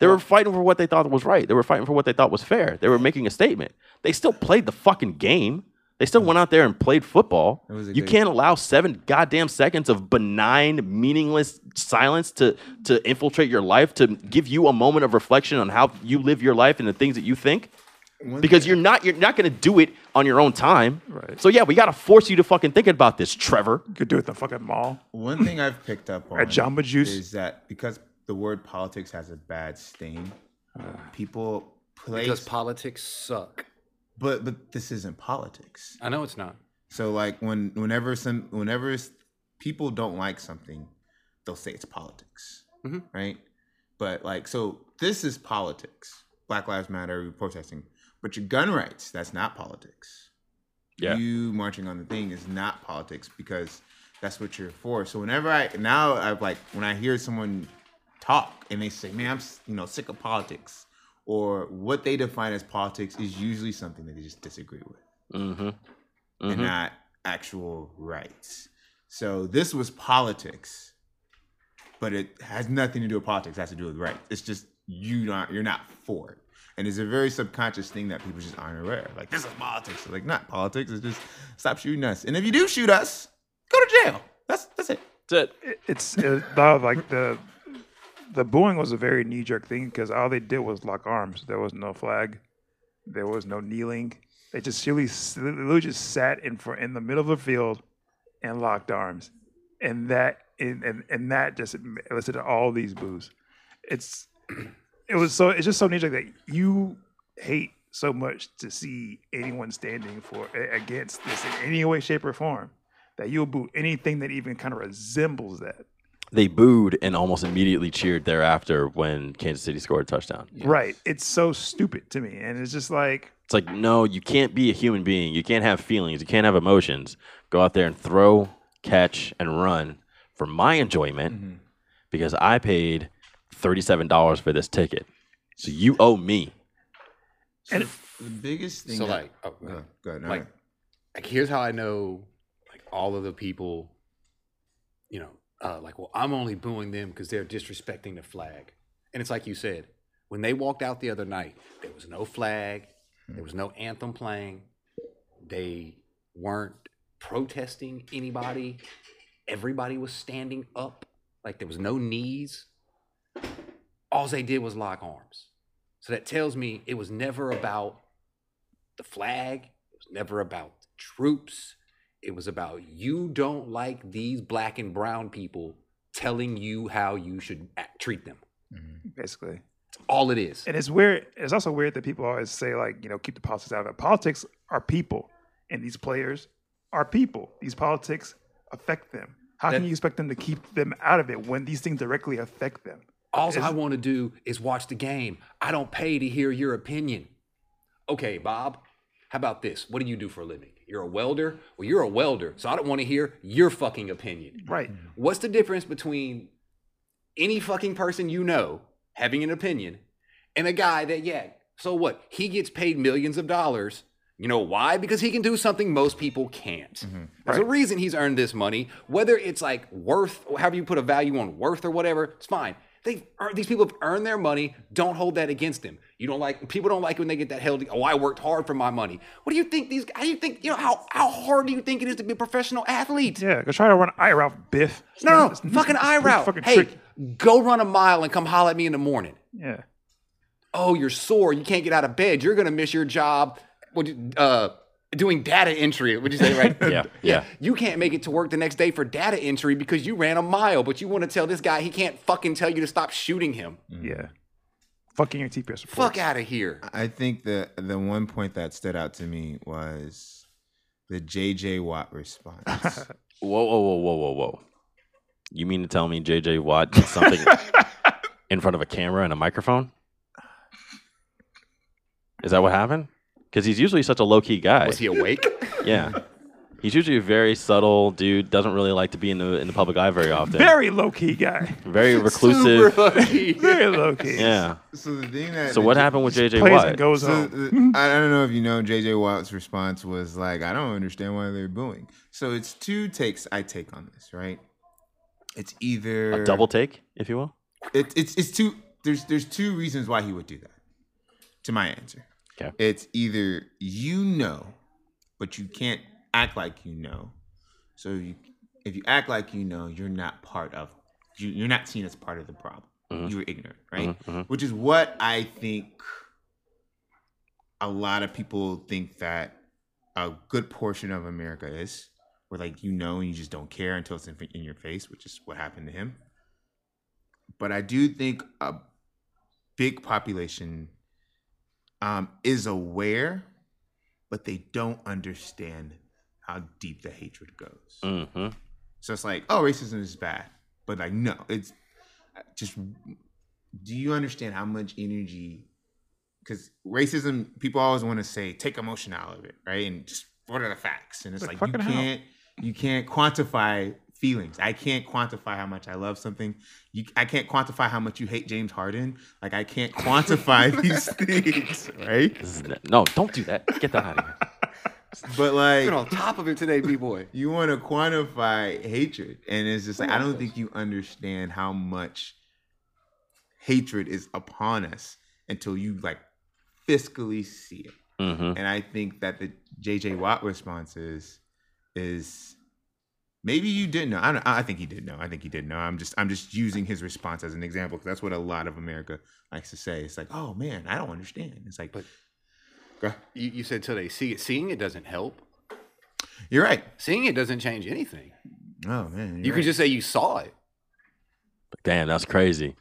S7: They were fighting for what they thought was right. They were fighting for what they thought was fair. They were making a statement. They still played the fucking game. They still went out there and played football.
S9: was a
S7: You
S9: good-
S7: can't allow seven goddamn seconds of benign, meaningless silence to to infiltrate your life, to give you a moment of reflection on how you live your life and the things that you think. Because you're not you're not gonna do it on your own time. Right. So yeah, we gotta force you to fucking think about this, Trevor. You
S10: could do it at the fucking mall.
S9: One thing I've picked up on
S10: At Jamba Juice.
S9: is that because the word politics has a bad stain, people place
S8: Because politics suck.
S9: But but this isn't politics.
S8: I know it's not.
S9: So like when whenever some whenever s- people don't like something, they'll say it's politics,
S8: Mhm.
S9: right? But like so this is politics. Black Lives Matter we're protesting, but your gun rights that's not politics.
S7: Yeah.
S9: You marching on the thing is not politics because that's what you're for. So whenever I now I've like when I hear someone talk and they say, "Man, I'm s- you know sick of politics," or what they define as politics is usually something that they just disagree with
S7: Mm-hmm.
S9: and not actual rights. So this was politics, but it has nothing to do with politics. It has to do with rights. It's just you not you're not for it. And it's a very subconscious thing that people just aren't aware of. Like this is politics. It's like not politics. It's just stop shooting us. And if you do shoot us, go to jail. That's that's it.
S7: That's
S10: it. It's it, though, like the the booing was a very knee jerk thing because all they did was lock arms. There was no flag. There was no kneeling. They just silly, silly literally just sat in for in the middle of a field and locked arms, and that and and, and that just elicited all these boos. It's it was so it's just so knee jerk that you hate so much to see anyone standing for a- against this in any way, shape, or form that you'll boo anything that even kind of resembles that.
S7: They booed and almost immediately cheered thereafter when Kansas City scored a touchdown.
S10: Right? It's so stupid to me, and it's just like
S7: It's like, no, you can't be a human being. You can't have feelings. You can't have emotions. Go out there and throw, catch, and run for my enjoyment because I paid $37 for this ticket. So you owe me.
S10: And
S9: the biggest thing.
S8: So
S9: that-
S8: like, oh,
S9: Oh, go ahead, no,
S8: like, like here's how I know, like all of the people, you know, uh, like, well, I'm only booing them because they're disrespecting the flag, and it's like you said, when they walked out the other night, there was no flag, there was no anthem playing, they weren't protesting anybody, everybody was standing up, like there was no knees. All they did was lock arms, so that tells me it was never about the flag. It was never about troops. It was about you don't like these black and brown people telling you how you should act, treat them.
S10: basically.
S8: All it is.
S10: And it's weird. It's also weird that people always say like, you know, keep the politics out of it. Politics are people, and these players are people. These politics affect them. How can you expect them to keep them out of it when these things directly affect them?
S8: All I
S10: It's-
S8: want to do is watch the game. I don't pay to hear your opinion. Okay, Bob, how about this? What do you do for a living? You're a welder? Well, you're a welder, so I don't want to hear your fucking opinion.
S10: Right.
S8: What's the difference between any fucking person you know having an opinion and a guy that, yeah, so what? He gets paid millions of dollars. You know why? Because he can do something most people can't. There's a reason he's earned this money. Whether it's like worth, or however you put a value on worth or whatever, it's fine. They've earned, these people have earned their money. Don't hold that against them. You don't like people don't like when they get that held. Oh, I worked hard for my money. What do you think these? How do you think you know how how hard do you think it is to be a professional athlete?
S10: Yeah, go try to run an eye route, Biff. It's
S8: No,
S10: not-
S8: no,
S10: it's-
S8: fucking
S10: it's
S8: eye
S10: pretty
S8: route.
S10: fucking
S8: Hey,
S10: tricky.
S8: go run a mile and come holler at me in the morning.
S10: Yeah.
S8: Oh, you're sore. You can't get out of bed. You're gonna miss your job. What you- uh, doing data entry? Would you say right?
S7: Yeah. Yeah.
S8: You can't make it to work the next day for data entry because you ran a mile, but you want to tell this guy he can't fucking tell you to stop shooting him.
S10: Yeah. Fucking your TPS report.
S8: Mm-hmm. Fuck out of here.
S9: I think the the one point that stood out to me was the JJ Watt response.
S7: Whoa, whoa, whoa, whoa, whoa, whoa. You mean to tell me JJ Watt did something in front of a camera and a microphone? Is that what happened? Because he's usually such a low key guy.
S8: Was he awake?
S7: Yeah. He's usually a very subtle dude, doesn't really like to be in the in the public eye very often.
S10: Very low key guy.
S7: Very reclusive.
S10: Very low key.
S7: Yeah.
S9: so the thing that
S7: So what happened with JJ
S10: plays
S7: Watt?
S10: and goes
S9: So,
S10: on.
S9: uh, I I don't know if you know JJ Watt's response was like, I don't understand why they're booing. So it's two takes I take on this, right? It's either
S7: A double take, if you will.
S9: It, it's it's two. There's there's two reasons why he would do that. To my answer,
S7: Okay.
S9: it's either you know, but you can't act like you know. So you, if you act like you know, you're not part of. You, you're not seen as part of the problem. You were ignorant, right?
S7: Mhm, mhm.
S9: Which is what I think. A lot of people think that a good portion of America is, where like you know and you just don't care until it's in, in your face, which is what happened to him but I do think a big population um, is aware, but they don't understand how deep the hatred goes.
S7: Mm-hmm.
S9: So it's like, oh, racism is bad, but like, no, it's just. Do you understand how much energy? Because racism, people always want to say, take emotion out of it, right? And just what are the facts? And it's
S10: Like,
S9: like, you
S10: fucking how?
S9: can't, you can't quantify feelings. I can't quantify how much I love something. You, I can't quantify how much you hate James Harden. Like, I can't quantify these things, right?
S7: This is, no, don't do that. Get that out of here.
S9: But like,
S8: Been on top of it today, b boy.
S9: you want to quantify hatred and it's just like i don't think you understand how much hatred is upon us until you like fiscally see it
S7: Mm-hmm.
S9: and i think that the jj watt response is is maybe you didn't know i don't i think he did know i think he did know i'm just i'm just using his response as an example because that's what a lot of america likes to say it's like oh man i don't understand it's like but
S8: You, you said till they see it. Seeing it doesn't help.
S9: you're right
S8: Seeing it doesn't change anything.
S9: oh man you're
S8: You can
S9: right.
S8: just say you saw it.
S7: Damn, that's crazy.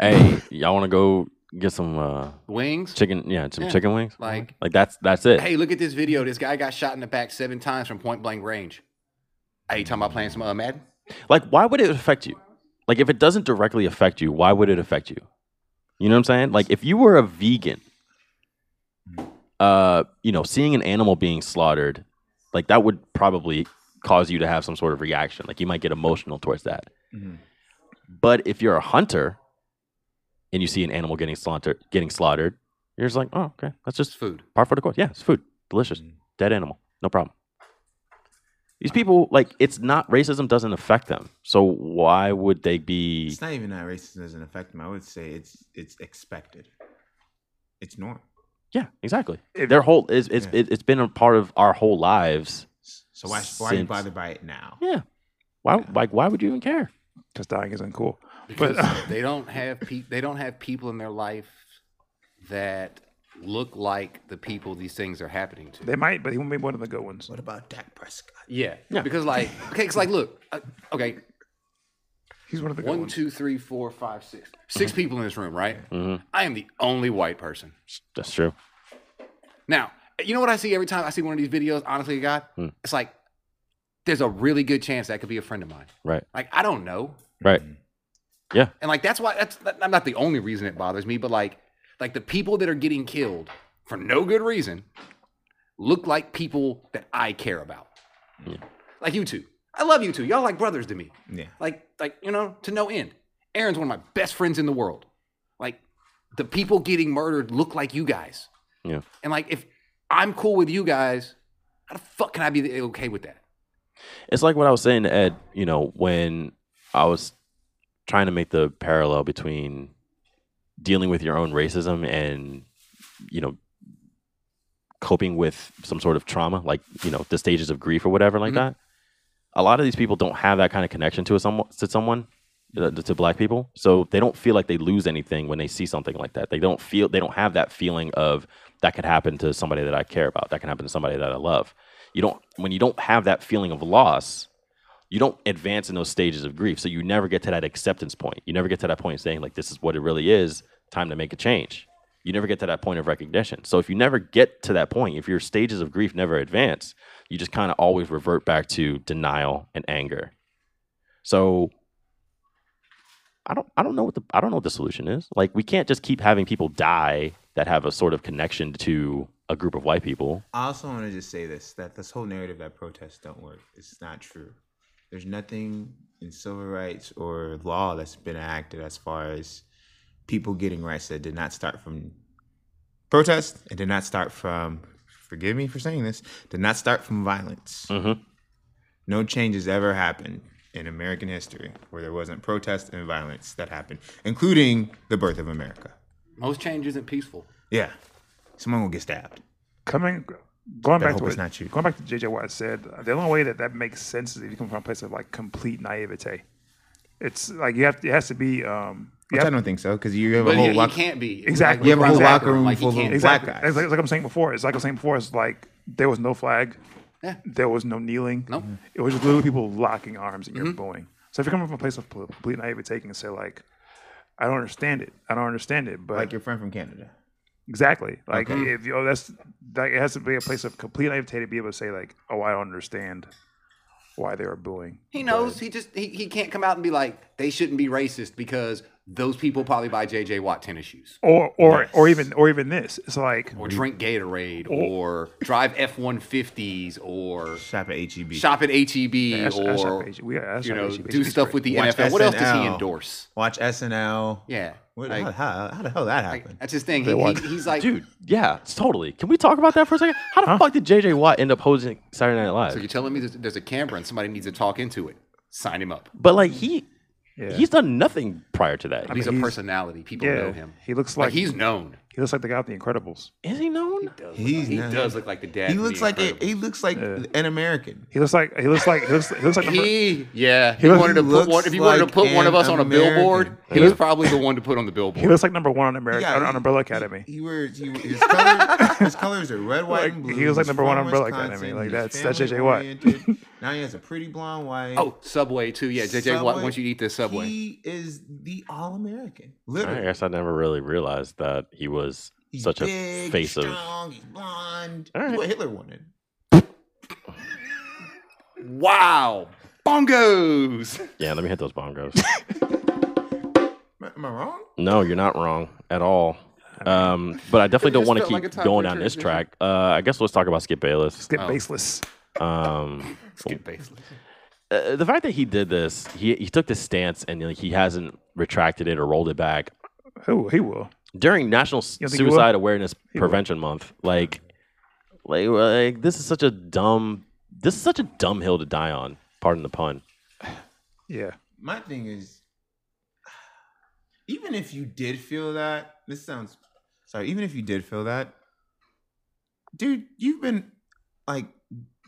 S7: Hey, y'all want to go get some uh,
S8: Wings?
S7: chicken. Yeah, some
S8: Yeah,
S7: chicken wings.
S8: like-
S7: like that's that's it.
S8: Hey, look at this video. This guy got shot in the back seven times from point blank range. Hey, you talking about playing some uh, Madden?
S7: Like, why would it affect you? Like, if it doesn't directly affect you, why would it affect you? You know what I'm saying? Like, if you were a vegan, uh, you know, seeing an animal being slaughtered, like that would probably cause you to have some sort of reaction. Like, you might get emotional towards that. But if you're a hunter and you see an animal getting slaughtered, getting slaughtered, you're just like, oh, okay, that's just
S8: food.
S7: Part for the course. Yeah, it's food. Delicious.
S9: Mm.
S7: Dead animal. No problem. These people, like, it's not racism doesn't affect them. So why would they be?
S9: It's not even that racism doesn't affect them. I would say it's it's expected. It's normal.
S7: Yeah, exactly. Their whole is it's
S9: Yeah.
S7: it, it's been a part of our whole lives.
S9: So why why are you
S7: since-
S9: bothered by it now?
S7: Yeah. Why like why would you even care?
S10: Because dying isn't cool.
S8: Because
S10: but uh,
S8: they don't have pe- they don't have people in their life that look like the people these things are happening to.
S10: they might, but he won't be one of the good ones. What
S9: about Dak Prescott?
S8: Yeah. Because like, okay, it's like, look, uh, okay,
S10: He's one of the good
S8: one,
S10: ones.
S8: two, three, four, five, six. Six people in this room, right?
S7: Mhm.
S8: I am the only white person.
S7: That's true.
S8: Now, you know what I see every time I see one of these videos. Honestly, to God,
S7: Hmm.
S8: it's like there's a really good chance that could be a friend of mine.
S7: Right.
S8: Like I don't know,
S7: Right.
S9: Mm-hmm.
S7: Yeah.
S8: and like that's why that's that- I'm not the only reason it bothers me, but like like the people that are getting killed for no good reason look like people that I care about. Like you two, I love you two. Y'all like brothers to me.
S9: Yeah.
S8: Like like you know to no end. Aaron's one of my best friends in the world. Like the people getting murdered look like you guys.
S7: Yeah.
S8: And like, if I'm cool with you guys, how the fuck can I be okay with that?
S7: It's like what I was saying to Ed, you know, when I was trying to make the parallel between dealing with your own racism and, you know, coping with some sort of trauma, like, you know, the stages of grief or whatever like
S14: Mhm.
S7: that. A lot of these people don't have that kind of connection to a someone to someone uh, to black people. So they don't feel like they lose anything when they see something like that. They don't feel they don't have that feeling of that could happen to somebody that I care about. That can happen to somebody that I love. You don't when you don't have that feeling of loss, you don't advance in those stages of grief. So you never get to that acceptance point. You never get to that point saying, like, this is what it really is, time to make a change. You never get to that point of recognition. So if you never get to that point, if your stages of grief never advance, you just kind of always revert back to denial and anger. So I don't I don't know what the I don't know what the solution is. Like we can't just keep having people die that have a sort of connection to a group of white people.
S9: I also want to just say this that this whole narrative that protests don't work is not true. There's nothing in civil rights or law that's been enacted as far as people getting rights that did not start from protest and did not start from, forgive me for saying this, did not start from violence. No change has ever happened in American history where there wasn't protest and violence that happened, including the birth of America.
S8: Most change isn't peaceful.
S9: Yeah, someone will get stabbed.
S10: Coming, going
S9: But I
S10: back
S9: hope
S10: to
S9: it's
S10: what,
S9: not you.
S10: going back to JJ Watt said, the only way that that makes sense is if you come from a place of like complete naivete. It's like you have to, it has to be. Um, you
S9: Which I
S10: have-
S9: don't think so, because you have
S10: But
S9: a whole
S10: you- you
S9: lock-
S8: can't be.
S10: Exactly.
S9: You have a whole
S10: exactly.
S9: locker room full of black
S10: exactly.
S9: guys.
S10: It's like, it's like I'm saying before. It's like I'm saying before. It's like there was no flag.
S8: Yeah.
S10: There was no kneeling.
S8: Nope. Mm-hmm.
S10: It was just literally people locking arms and you're booing. So if you're coming from a place of complete naivete and say like, I don't understand it. I don't understand it. But like
S9: your friend from Canada.
S10: Exactly. Like
S9: Okay.
S10: if you oh, that's like it has to be a place of complete naivete to be able to say like, oh, I don't understand why they are booing.
S8: He knows. He just he, he can't come out and be like they shouldn't be racist because those people probably buy JJ Watt tennis shoes
S10: Or or or even or even this. It's like
S9: Mm-hmm.
S8: or drink
S9: Oh.
S8: Gatorade
S10: Or-
S8: or drive F one fifties or
S9: shop at HEB.
S8: Shop at HEB
S9: Yeah, I sh- I shop
S8: or
S9: at H E B. Yeah, I
S8: you
S9: shop at
S8: know
S9: H E B.
S8: do
S9: It's
S8: stuff
S9: great.
S8: with the
S9: Watch
S8: NFL. What else does he
S9: SNL.
S8: endorse?
S9: Watch SNL.
S8: Yeah.
S9: What,
S8: Like-
S9: how, how, how the hell that happened?
S8: That's his thing.
S7: They
S8: He, he,
S7: watch-
S8: he's like,
S7: Dude, yeah, it's totally. Can we talk about that for a second? How the fuck did JJ Watt end up hosting Saturday Night Live?
S8: so you're telling me there's, there's a camera and somebody needs to talk into it? Sign him up.
S7: But like he,
S10: Yeah.
S7: he's done nothing prior to that.
S8: But he's a personality. People know him.
S10: He looks
S8: Like,
S10: like,
S8: he's known.
S10: He looks like the guy with the Incredibles.
S7: Is he known?
S9: He's
S8: he
S9: not-
S8: does look like the dad.
S9: He
S8: from The
S9: looks like a,
S8: Incredibles.
S9: he looks like an American.
S10: He looks like he looks like he looks, he looks like the per-
S8: He, yeah. He,
S10: He looks-
S8: wanted to put
S10: looks
S8: one, if he wanted to
S10: like
S8: put one of
S10: an
S8: us on a
S10: American.
S8: billboard,
S10: He
S8: he was
S10: looks-
S8: probably the one to put on the billboard.
S10: he looks like number one on America
S9: Yeah,
S10: on,
S9: he-
S10: on Umbrella Academy.
S9: He wears he, his, color, his colors are red, white,
S10: Like,
S9: and blue.
S10: he was like
S9: He's
S10: number one
S9: from
S10: on Umbrella Academy.
S9: Wisconsin.
S10: Like
S9: He's
S10: that's that's
S9: family
S10: JJ Watt.
S9: oriented. Now he has a pretty blonde wife.
S8: Oh, Subway too. Yeah, JJ, why
S9: Subway.
S8: once you eat this Subway?
S9: He is the all American.
S7: I
S9: Literally.
S7: guess I never really realized that he was
S9: He's
S7: such
S9: big,
S7: a face
S9: he's
S7: of.
S9: strong, he's blonde. He's What Hitler wanted.
S8: wow, bongos.
S7: Yeah, let me hit those bongos.
S9: Am I- Am I wrong?
S7: No, you're not wrong at all. Um, but I definitely don't
S9: Just
S7: want to
S9: felt
S7: keep
S9: like a time
S7: going down this
S9: transition.
S7: track. Uh, I guess let's talk about Skip Bayless.
S10: Skip Oh. Bayless.
S7: Um,
S8: Skip Bayless.
S7: Uh, the fact that he did this, he he took this stance and like, he hasn't retracted it or rolled it back.
S10: Who he will
S7: during National
S10: You think he
S7: Suicide
S10: will?
S7: Awareness
S10: He will.
S7: Prevention Month. Like, like, like, this is such a dumb, this is such a dumb hill to die on. Pardon the pun.
S10: Yeah.
S9: My thing is, even if you did feel that, this sounds sorry. Even if you did feel that, dude, you've been like,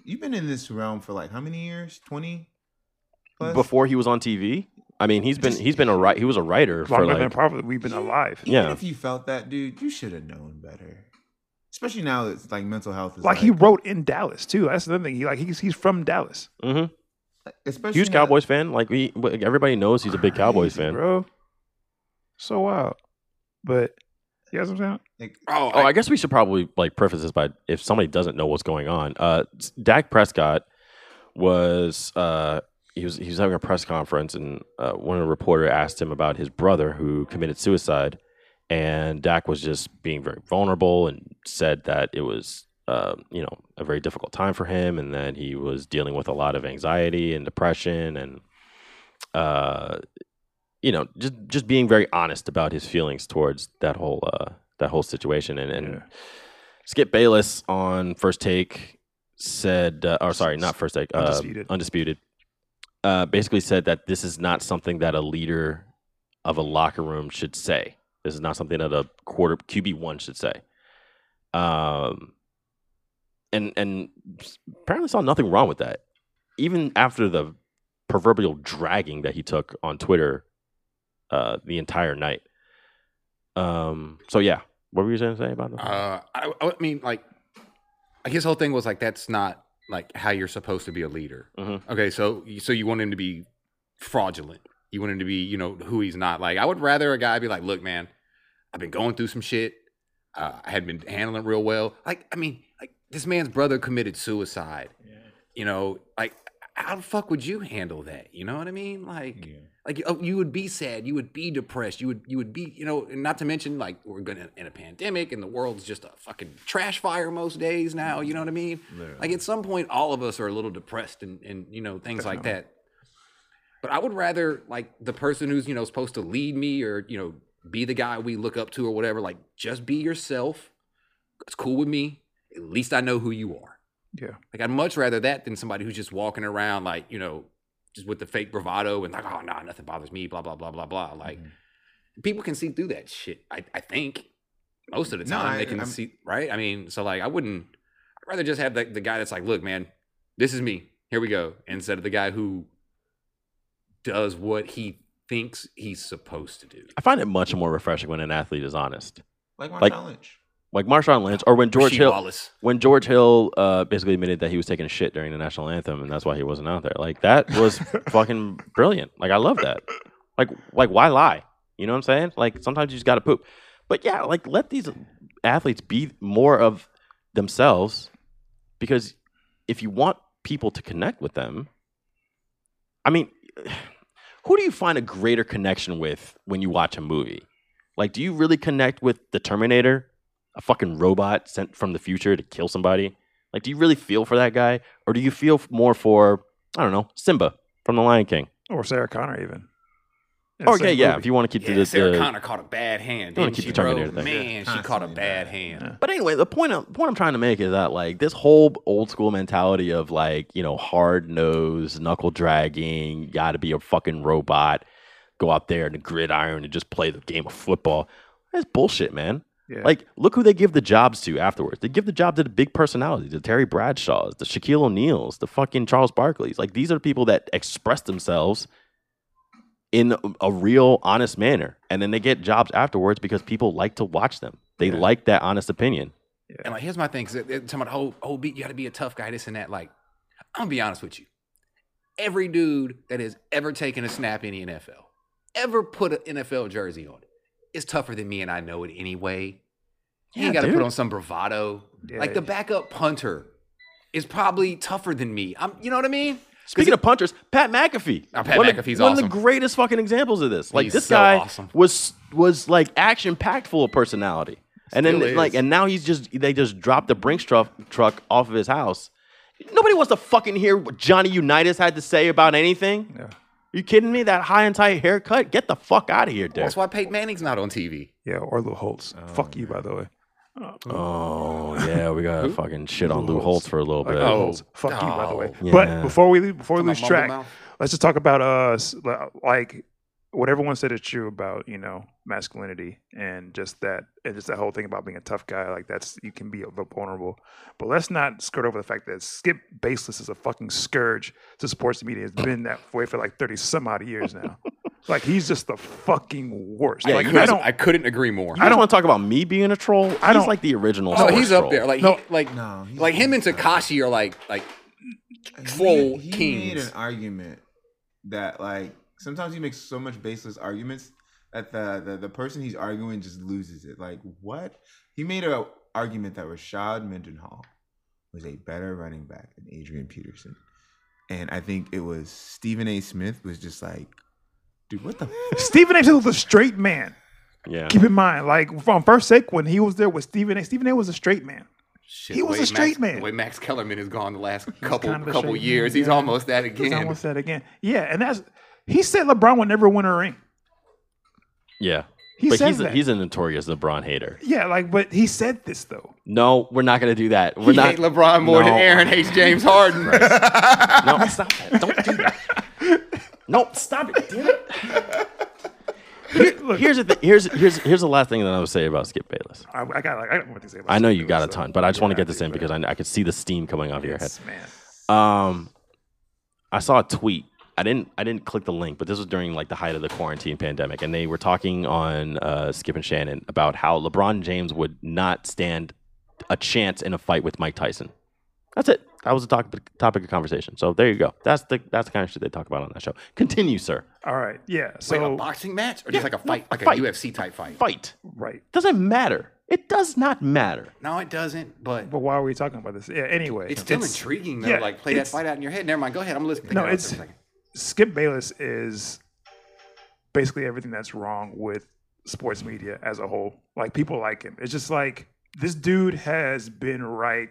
S9: you've been in this realm for like how many years? Twenty. Plus?
S7: Before he was on TV, I mean, he's been he's been a wri- he was a writer for
S10: longer than
S7: like
S10: probably we've been alive.
S9: Even
S7: yeah.
S9: if you felt that, dude, you should have known better. Especially now, that it's like mental health is
S10: Like he wrote in Dallas too. That's another thing. He like he's he's from Dallas.
S7: Mm-hmm.
S9: Especially
S7: Huge
S9: now-
S7: Cowboys fan. Like we, everybody knows he's a big Cowboys fan.
S10: bro. So wild. But you guys what I'm saying?
S7: Oh, I, guess we should probably like preface this by if somebody doesn't know what's going on. Uh, s- Dak Prescott was uh, he was he was having a press conference, and uh, one of the reporter asked him about his brother who committed suicide, and Dak was just being very vulnerable and said that it was. Uh, you know, a very difficult time for him, and that he was dealing with a lot of anxiety and depression, and uh, you know, just just being very honest about his feelings towards that whole uh, that whole situation. And, and Skip Bayless on First Take said, uh, or sorry, not First Take, uh,
S10: Undisputed.
S7: undisputed. uh, basically said that this is not something that a leader of a locker room should say. This is not something that a quarter QB one should say. Um, and and apparently saw nothing wrong with that, even after the proverbial dragging that he took on Twitter uh, the entire night. Um. So yeah, what were you going to say about that?
S8: Uh, I, I mean, like, his whole thing was like, that's not like how you're supposed to be a leader. Okay, so so you want him to be fraudulent. You want him to be, you know, who he's not. Like, I would rather a guy be like, look, man, I've been going through some shit. Uh, I hadn't been handling it real well. Like, I mean, like this man's brother committed suicide. You know, like how the fuck would you handle that? You know what I mean? Like, like oh, you would be sad. You would be depressed. You would you would be, you know, and not to mention like we're gonna in a pandemic and the world's just a fucking trash fire most days now. You know what I mean? Like at some point, all of us are a little depressed and and you know things like
S10: Definitely.
S8: that. But I would rather like the person who's you know supposed to lead me or you know be the guy we look up to or whatever. Like just be yourself. It's cool with me. At least I know who you are.
S10: Yeah.
S8: Like I'd much rather that than somebody who's just walking around like you know just with the fake bravado and like oh no nothing bothers me blah blah blah blah blah. Like
S9: Mm-hmm.
S8: people can see through that shit. I I think most of the
S9: No,
S8: time
S9: I-
S8: they can
S9: I'm-
S8: see right. I mean so like I wouldn't. I'd rather just have the, the guy that's like look man this is me here we go instead of the guy who does what he thinks he's supposed to do.
S7: I find it much more refreshing when an athlete is honest.
S9: Like Marshawn Lynch.
S7: Like Marshawn Lynch, or when George
S8: Rasheed
S7: Hill,
S8: Wallace.
S7: when George Hill uh, basically admitted that he was taking a shit during the national anthem, and that's why he wasn't out there. Like that was fucking brilliant. Like I love that. Like like why lie? You know what I'm saying? Like sometimes you just got to poop. But yeah, like let these athletes be more of themselves, because if you want people to connect with them, I mean, who do you find a greater connection with when you watch a movie? Like, do you really connect with the Terminator, a fucking robot sent from the future to kill somebody? Like, do you really feel for that guy, or do you feel f- more for I don't know Simba from The Lion King?
S10: Or Sarah Connor even. In the
S7: Or yeah,
S10: same
S7: yeah,
S10: movie.
S7: if you want to keep
S8: Yeah,
S7: the,
S8: Sarah
S7: the-
S8: Connor caught a bad hand.
S7: You wanna
S8: didn't
S7: keep
S8: she,
S7: the
S8: bro?
S7: Terminator thing. Yeah.
S8: Man, she caught a bad hand.
S7: But anyway, the point of, point I'm trying to make is that like this whole old school mentality of like you know hard nose, knuckle dragging, got to be a fucking robot, go out there in the gridiron and just play the game of football. That's bullshit, man.
S10: Yeah.
S7: Like, look who they give the jobs to afterwards. They give the job to the big personalities, the Terry Bradshaws, the Shaquille O'Neals, the fucking Charles Barkleys. Like, these are the people that express themselves in a real honest manner and then they get jobs afterwards because people like to watch them they like that honest opinion
S8: And like, here's my thing: 'cause it- it- talking about whole whole beat, you got to be a tough guy, this and that. Like, I'm gonna be honest with you, every dude that has ever taken a snap in the NFL, ever put an NFL jersey on. It's tougher than me, and I know it anyway. You
S14: Yeah,
S8: ain't got to
S14: dude.
S8: put on some bravado.
S14: Yeah.
S8: Like the backup punter is probably tougher than me. I'm, you know what I mean? 'Cause
S7: Speaking
S8: it-
S7: of punters, Pat McAfee.
S8: Now, Pat
S7: one of-
S8: McAfee's
S7: one
S8: awesome.
S7: of the greatest fucking examples of this. Like
S8: He's
S7: this
S8: so
S7: guy
S8: awesome.
S7: was was like action packed full of personality, and then
S8: Still is.
S7: like and now he's just they just dropped the Brinks truck truck off of his house. Nobody wants to fucking hear what Johnny Unitas had to say about anything. You kidding me? That high and tight haircut? Get the fuck out of here, dude.
S8: That's why Peyton Manning's not on TV.
S10: Yeah, or Lou Holtz. Fuck you, by the way.
S7: Oh yeah, we gotta
S10: Who?
S7: fucking shit on Lou Holtz for a little
S10: Like oh, Lou
S7: bit.
S8: Oh,
S10: Holtz. Fuck you, by the way.
S7: Yeah.
S10: But before we leave, before we
S7: Talking
S10: lose
S7: about
S10: track,
S7: Mumble Mouth?
S10: let's just talk about uh s- like what everyone said is true about you know masculinity and just that and just that whole thing about being a tough guy. Like that's you can be vulnerable, but let's not skirt over the fact that Skip Baseless is a fucking scourge to sports media. It's been that way for like thirty some odd years now. like he's just the fucking worst.
S8: Yeah,
S10: like
S8: you guys-
S10: I don't.
S8: I couldn't agree more.
S7: I don't want to talk about me being a troll. I don't like the original.
S8: No, Oh, he's
S7: sports
S8: up
S7: troll.
S8: there. Like, he, like, like him and Takashi are like, like troll
S9: He, he made
S8: kings.
S9: an argument that like sometimes he makes so much baseless arguments that the, the the person he's arguing just loses it. Like what? He made an argument that Rashad Mendenhall was a better running back than Adrian Peterson. And I think it was Stephen A. Smith was just like, dude, what the
S10: Stephen A. Smith was a straight man.
S7: Yeah.
S10: Keep in mind, like from first sake when he was there with Stephen A. Stephen A. was a straight man.
S8: Shit,
S10: he was a
S8: the way
S10: straight
S8: Max,
S10: man.
S8: The way Max Kellerman has gone the last couple
S10: kind of a
S8: couple
S10: straight man,
S8: years, he's
S10: yeah.
S8: almost that
S10: He's
S8: again.
S10: almost that again. Yeah, and that's he said LeBron would never win a ring.
S7: Yeah.
S10: He
S7: but
S10: says
S7: he's a,
S10: that.
S7: he's a notorious LeBron hater.
S10: Yeah, like but he said this though.
S7: No, we're not gonna do that. We're
S10: He
S7: not
S10: hate LeBron
S8: more than
S7: No.
S8: Aaron hates James Harden.
S7: no, stop that. Don't do that. No, stop it. Damn it. Here- here's the thing. Here's here's here's the last thing that I would say about Skip Bayless.
S10: I, I got like I got more things to say about
S7: I
S10: this.
S7: know you got a ton, but I just want to get this in because I, I could see the steam coming off your head.
S10: Yes, man.
S7: Um, I saw a tweet. I didn't. I didn't click the link, but this was during like the height of the quarantine pandemic, and they were talking on uh, Skip and Shannon about how LeBron James would not stand a chance in a fight with Mike Tyson. That's it. That was the topic, topic of conversation. So there you go. That's the that's the kind of shit they talk about on that show. Continue, sir.
S10: All right. Yeah. So
S8: Wait, a boxing match or just like a fight, like
S7: fight.
S8: a UFC type fight?
S7: Fight.
S10: Right.
S7: Doesn't matter. It does not matter.
S8: No, it doesn't. But
S10: but why are we talking about this? Yeah. Anyway,
S8: It's still intriguing though.
S10: yeah,
S8: like play that
S10: it's-
S8: fight out in your head. Never mind. Go ahead. I'm listening.
S10: No,
S8: Think about it
S10: it's Oh.
S8: for a second.
S10: Skip Bayless is basically everything that's wrong with sports media as a whole. Like people like him. It's just like this dude has been right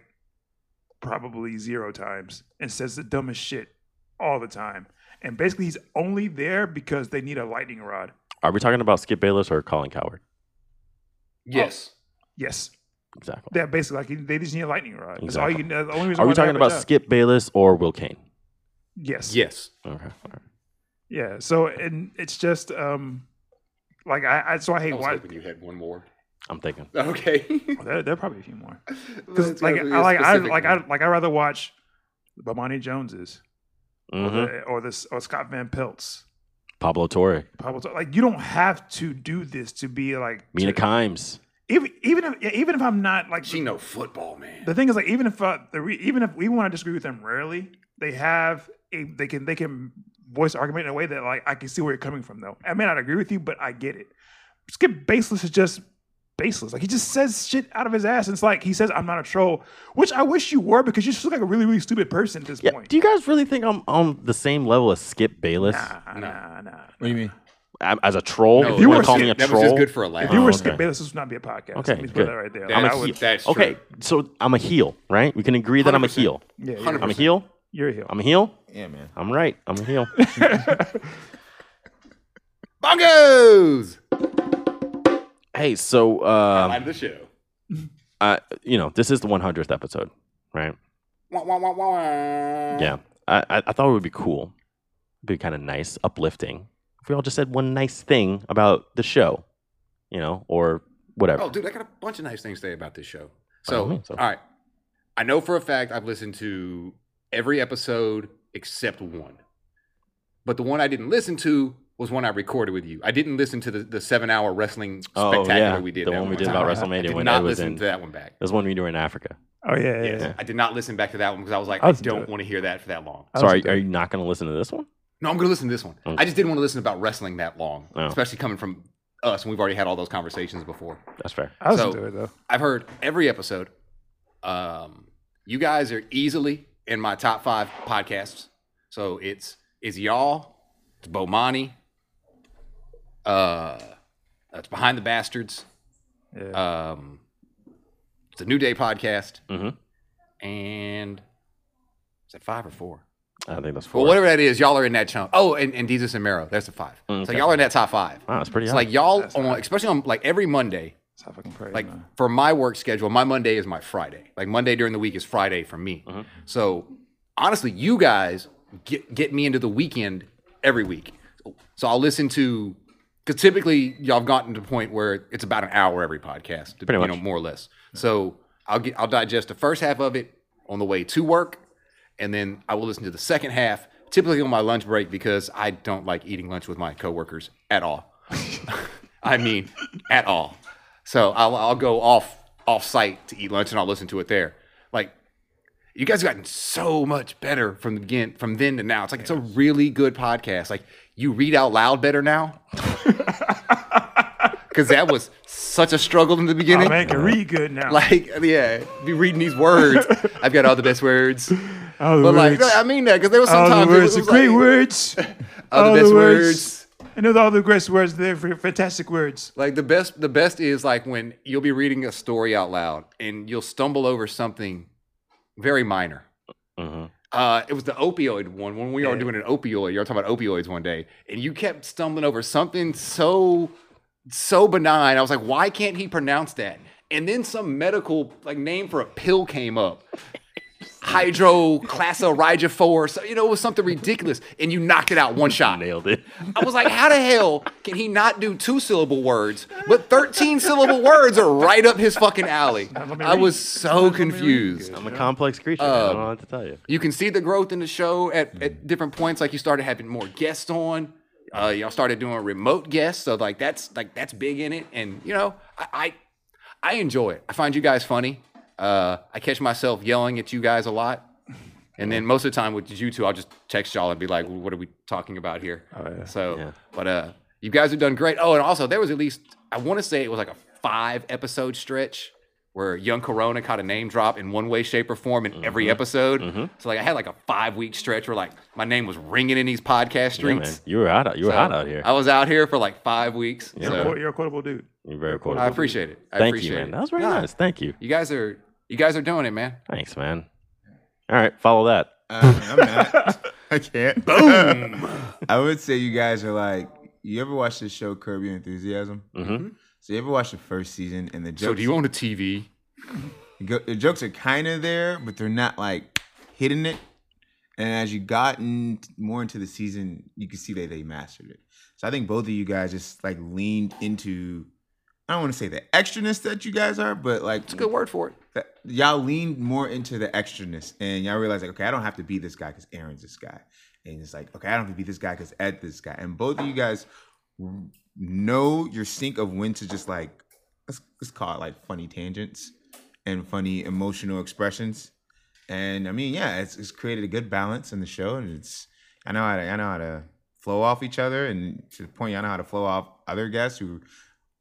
S10: probably zero times and says the dumbest shit all the time. And basically he's only there because they need a lightning rod.
S7: Are we talking about Skip Bayless or Colin Coward?
S8: Yes.
S10: Yes.
S7: Exactly.
S10: They're basically like he- they just need a lightning rod. That's all you know. The only reason
S7: Are
S10: why
S7: we
S10: they have
S7: talking
S10: a
S7: about
S10: job.
S7: Skip Bayless or Will Kane?
S10: Yes.
S8: Yes.
S7: Okay.
S10: Yeah. So and it's just um like I, I so I hate
S8: I was
S10: why
S8: hoping you had one more.
S7: I'm thinking.
S8: Okay.
S10: Well, there, there are probably a few more.
S8: Let's
S10: Because like,
S8: go to
S10: I
S8: a
S10: like, I
S8: specific
S10: like, I
S8: one.
S10: like, I rather watch the Bonnie Joneses, or,
S7: Mhm.
S10: the, or this, or Scott Van Pelt's.
S7: Pablo Torre,
S10: Pablo, Tor- like, you don't have to do this to be like,
S7: Mina Kimes.
S10: even even if yeah, even if I'm not like,
S8: she know football, man.
S10: The thing is, like, even if uh, the re- even if we want to disagree with them rarely, they have a they can they can voice argument in a way that like I can see where you're coming from. Though I may not agree with you, but I get it. Skip baseless is just baseless. Like he just says shit out of his ass. And it's like he says, "I'm not a troll," which I wish you were because you just look like a really really stupid person at this
S7: Yeah.
S10: point.
S7: Do you guys really think I'm on the same level as Skip Bayless?
S10: Nah, nah, nah.
S7: What do you mean? as a troll?
S10: No,
S7: you
S10: that
S7: want to
S10: was
S7: call
S10: just-
S7: me a
S10: that
S7: troll?
S10: was just good for
S8: a laugh.
S10: If you were
S7: Oh,
S10: Skip
S7: okay.
S10: Bayless, this would not be a podcast.
S7: Okay,
S10: Let me put
S7: good.
S10: that right there.
S7: I'm
S10: Like,
S7: a
S10: I would-
S7: heel. okay, so I'm a heel, right? We can agree that I'm a heel.
S10: Yeah, you're
S7: I'm a
S10: 100%.
S7: heel.
S10: You're a heel.
S7: I'm a heel.
S9: Yeah, man.
S7: I'm right. I'm a heel.
S8: Bongos.
S7: hey, so um,
S8: Light of the show.
S7: I, you know, this is the 100th episode, right?
S8: Wah, wah, wah, wah, wah.
S7: Yeah. I, I, I thought it would be cool. It'd be kind of nice, uplifting. If we all just said one nice thing about the show, you know, or whatever.
S8: Oh, dude, I got a bunch of nice things to say about this show.
S7: By all
S8: So,
S7: means, so-
S8: all right. I know for a fact I've listened to every episode except one. But the one I didn't listen to was one I recorded with you. I didn't listen to the, the seven hour wrestling
S7: Oh,
S8: spectacular
S7: yeah,
S8: we did.
S7: the
S8: that
S7: one we did
S8: time.
S7: about
S8: I
S7: WrestleMania
S8: did
S7: when
S8: not
S7: Ed was
S8: listen
S7: in-
S8: to that one back.
S7: That was one we were in Africa.
S10: Oh yeah,
S8: Yes. I did not listen back to that one because I was like,
S7: I
S8: I
S7: listened to
S8: don't
S7: it.
S8: want to hear that for that long.
S7: So are, you- are you not going to listen to this one?
S8: No, I'm going to listen to this one.
S7: Okay.
S8: I just didn't want to listen about wrestling that long,
S7: Oh.
S8: especially coming from us, and we've already had all those conversations before.
S7: That's fair.
S10: I listened to it, though.
S8: I've heard every episode. Um, you guys are easily in my top five podcasts. So it's it's y'all, it's Bomani, uh, it's Behind the Bastards, um, it's a New Day podcast, and is that five or four?
S7: I think that's four.
S8: Well, whatever that is, y'all are in that chunk. Oh, and, and Jesus and Mero, that's the five. So
S7: Okay.
S8: y'all are in that top five.
S7: Wow, that's pretty
S8: It's
S7: high.
S8: like y'all on, especially on like every Monday. like
S7: Uh-huh.
S8: for my work schedule, my Monday is my Friday. Like Monday during the week is Friday for me.
S7: Uh-huh.
S8: So honestly, you guys get get me into the weekend every week. So I'll listen to because typically y'all have gotten to the point where it's about an hour every podcast,
S7: Pretty
S8: you
S7: much.
S8: know, more or less. So I'll get I'll digest the first half of it on the way to work, and then I will listen to the second half typically on my lunch break because I don't like eating lunch with my coworkers at all. I mean, at all. So I'll, I'll go off off site to eat lunch and I'll listen to it there. Like you guys have gotten so much better from the begin from then to now. It's like it's a really good podcast. Like you read out loud better now. Cause that was such a struggle in the beginning.
S10: Oh, man, I can read good now.
S8: Like, yeah, be reading these words. I've got all the best words.
S10: Oh,
S8: but like,
S10: words.
S8: I mean that because there was
S10: All the
S8: sometimes it
S10: words,
S8: was
S10: the great
S8: like-
S10: words,
S8: All the best words.
S10: I know all the great words. They're fa- fantastic words.
S8: Like the best, the best is like when you'll be reading a story out loud and you'll stumble over something very minor.
S7: Mm-hmm.
S8: Uh, it was the opioid one when we were doing an opioid. You're talking about opioids one day, and you kept stumbling over something so so benign. I was like, why can't he pronounce that? And then some medical like name for a pill came up. Hydroclassorigifor. So you know it was something ridiculous, and you knocked it out one shot.
S7: Nailed it.
S8: I was like, how the hell can he not do two syllable words, but 13 syllable words are right up his fucking alley? I was so confused.
S7: I'm a complex creature. man. I don't know what to tell you.
S8: You can see the growth in the show at, at different points. Like you started having more guests on. Uh, y'all started doing remote guests, so like that's like that's big in it. And you know, I I, I enjoy it. I find you guys funny. Uh, I catch myself yelling at you guys a lot. And then most of the time with you two, I'll just text y'all and be like, "What are we talking about here?"
S7: Oh,
S8: So, but uh, you guys have done great. Oh, and also there was at least I want to say it was like a five episode stretch where Young Corona caught a name drop in one way, shape, or form in
S7: Mm-hmm.
S8: every episode. So like I had like a five week stretch where like my name was ringing in these podcast
S7: Yeah, man.
S8: streets.
S7: You were out. You were
S8: So,
S7: hot out here.
S8: I was out here for like five weeks.
S7: Yeah,
S8: so
S7: man.
S10: You're a quotable dude.
S7: You're very cool.
S8: I appreciate it. I
S7: Thank
S8: appreciate
S7: you, man.
S8: it.
S7: That was very
S8: Nah.
S7: nice. Thank you.
S8: You guys are you guys are doing it, man.
S7: Thanks, man. All right, follow that.
S9: I'm not. I can't. Boom. I would say you guys are like. You ever watch the show Curb Your Enthusiasm?
S8: Mm-hmm.
S7: Mhm.
S9: So you ever watch the first season and the jokes?
S8: So do you own a TV?
S9: go- the jokes are kind of there, but they're not like hitting it. And as you gotten more into the season, you can see that they mastered it. So I think both of you guys just like leaned into. I don't want to say the extraness that you guys are, but like it's a
S8: good word for it.
S9: That, y'all leaned more into the extraness, and y'all realized like, okay, I don't have to be this guy because Aaron's this guy, and it's like, okay, I don't have to be this guy because Ed this guy, and both of you guys know your sink of when to just like let's, let's call it like funny tangents and funny emotional expressions. And I mean, yeah, it's, it's created a good balance in the show, and it's I know how to I know how to flow off each other, and to the point, I know how to flow off other guests who,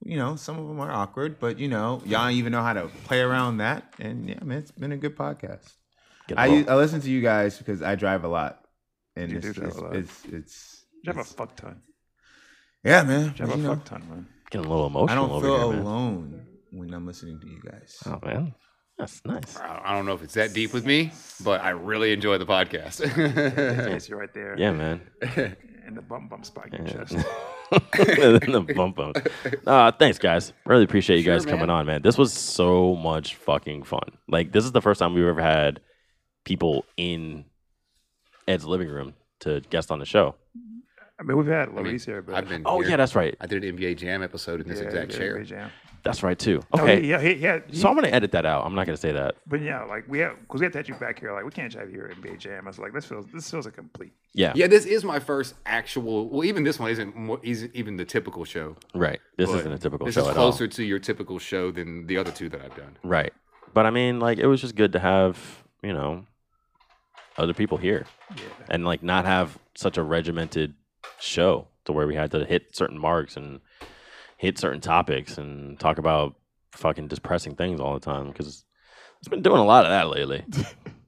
S9: you know, some of them are awkward, but you know, y'all even know how to play around that. And yeah, man, it's been a good podcast.
S7: Get
S9: I,
S7: along.
S9: u- I listen to you guys because I drive a lot, and
S10: You
S9: it's,
S10: do drive
S9: it's,
S10: a lot.
S9: it's it's
S10: You have a fuck ton.
S9: yeah, man.
S10: You have
S9: but,
S10: a
S9: you know,
S10: fuck ton, man.
S7: Getting a little
S9: I
S7: emotional
S9: don't
S7: over
S9: feel
S7: here, man.
S9: alone when I'm listening to you guys.
S7: Oh man, that's nice.
S8: I I don't know if it's that deep with me, but I really enjoy the podcast.
S10: Yes, you're right there.
S7: Yeah, man.
S10: And the bump bump spot you
S7: Yeah.
S10: just.
S7: the bump bump. Uh, thanks, guys. Really appreciate you guys
S10: Sure,
S7: coming
S10: man.
S7: on, man. This was so much fucking fun. Like, this is the first time we've ever had people in Ed's living room to guest on the show.
S10: I mean, we've had
S8: mean,
S10: Luis here, but
S8: I've been
S7: Oh,
S8: here.
S7: yeah, that's right.
S8: I did an NBA Jam episode in this
S10: Yeah,
S8: exact
S10: yeah,
S8: chair.
S10: NBA Jam.
S7: That's right too.
S10: No,
S7: Okay.
S10: he- yeah, he- yeah, he-
S7: so I'm gonna edit that out. I'm not gonna say that.
S10: But yeah, like we have because we have to have you back here. Like we can't have you here in NBA Jam. I was like, this feels this feels incomplete.
S7: Yeah.
S8: Yeah, this is my first actual. Well, even this one isn't, mo- isn't even the typical show.
S7: Right. This
S8: But
S7: isn't a typical
S8: this
S7: show
S8: is
S7: at all.
S8: closer to your typical show than the other two that I've done.
S7: Right. But I mean, like, it was just good to have, you know, other people here. And, like, not have such a regimented show to where we had to hit certain marks and hit certain topics and talk about fucking depressing things all the time. Because it's been doing a lot of that lately.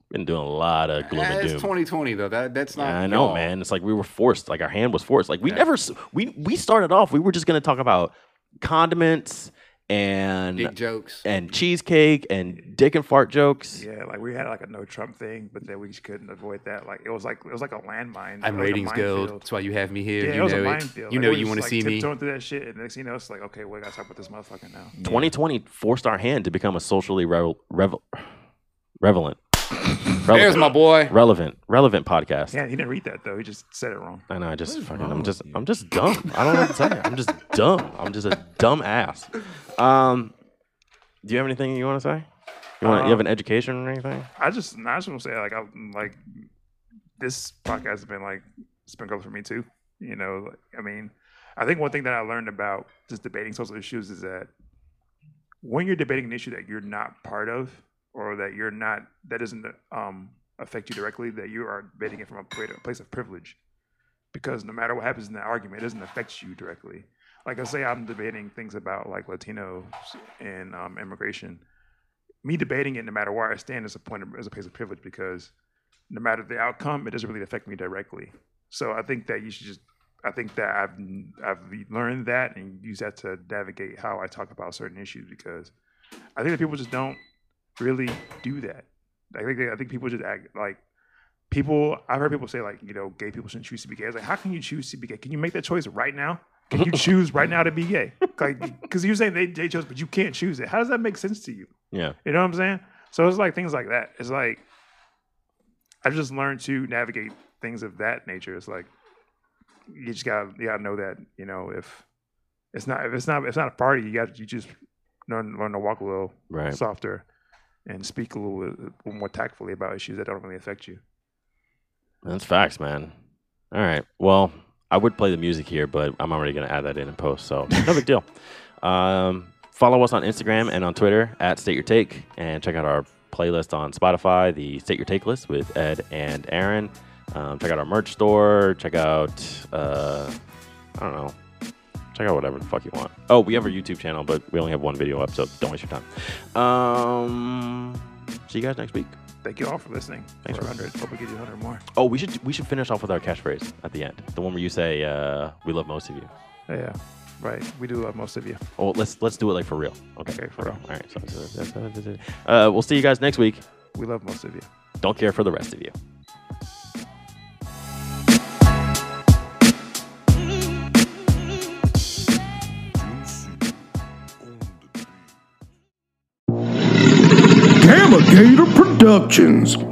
S7: been doing a lot of gloom
S8: Ah,
S7: and
S8: it's
S7: doom.
S8: 2020 though. That that's not.
S7: Yeah, I know,
S8: y'all.
S7: man. It's like we were forced. Like our hand was forced. Like we never. s- We we started off. We were just gonna talk about condiments and
S10: Dick
S8: jokes
S7: and cheesecake and dick and fart jokes.
S10: Yeah, like we had like a no Trump thing, but then we just couldn't avoid that. Like it was like it was like a landmine.
S8: I'm
S10: It was a
S8: ratings gold.
S10: minefield.
S8: That's why you have me here.
S10: Yeah,
S8: You
S10: it was
S8: know
S10: a
S8: it.
S10: minefield.
S8: You
S10: Like,
S8: know
S10: we
S8: you
S10: just,
S8: wanna
S10: like,
S8: see me.
S10: tiptoeing through that shit, and next thing you know, it's like okay, we gotta talk about this motherfucker now.
S7: 2020 forced our hand to become a socially revel, revel, relevant.
S10: There's my boy.
S7: Relevant, relevant podcast.
S10: Yeah, he didn't read that though. He just said it wrong.
S7: I know. I just fucking. I'm just. I'm just dumb. I don't know what to tell you. I'm just dumb. I'm just a dumb ass. Um, do you have anything you want to say? You want? you have an
S10: Um,
S7: education or anything?
S10: I just I just want to say like I like this podcast has been like it's been good for me too. You know, like, I mean, I think one thing that I learned about just debating social issues is that when you're debating an issue that you're not part of or that you're not that doesn't um, affect you directly, that you are debating it from a pla- a place of privilege. Because no matter what happens in that argument, it doesn't affect you directly. Like I say, I'm debating things about like Latinos and um, immigration me debating it, no matter where I stand, is a point of, is a place of privilege because no matter the outcome, it doesn't really affect me directly. So I think that you should just, I think that I've I've learned that and use that to navigate how I talk about certain issues because I think that people just don't really do that. I think I think people just act like people. I've heard people say like you know gay people shouldn't choose to be gay. It's like how can you choose to be gay? Can you make that choice right now? Can you choose right now to be gay? Like because you're saying they, they chose, but you can't choose it. How does that make sense to you?
S7: Yeah.
S10: You know what I'm saying? So it's like things like that. It's like I've just learned to navigate things of that nature. It's like you just gotta you gotta know that, you know, if it's not if it's not if it's not a party, you got you just learn learn to walk a little
S7: Right.
S10: softer and speak a little, bit more tactfully about issues that don't really affect you.
S7: That's facts, man. All right. Well, I would play the music here, but I'm already going to add that in and post, so no big deal. Um, follow us on Instagram and on Twitter at State Your Take, and check out our playlist on Spotify, the State Your Take list with Ed and Aaron. Um, check out our merch store. Check out, uh, I don't know, check out whatever the fuck you want. Oh, we have our YouTube channel, but we only have one video up, so don't waste your time. Um, see you guys next week.
S10: Thank you all for listening.
S7: Thanks
S10: for
S7: for-
S10: 100. Hope we get you 100 more.
S7: Oh, we should we should finish off with our catchphrase at the end. The one where you say, uh, "We love most of you."
S10: Yeah, right. We do love most of you.
S7: Oh, let's let's do it like for real. Okay, for real. All right. So, uh, we'll see you guys next week.
S10: We love most of you.
S7: Don't care for the rest of you.
S14: Gamma Gator Productions,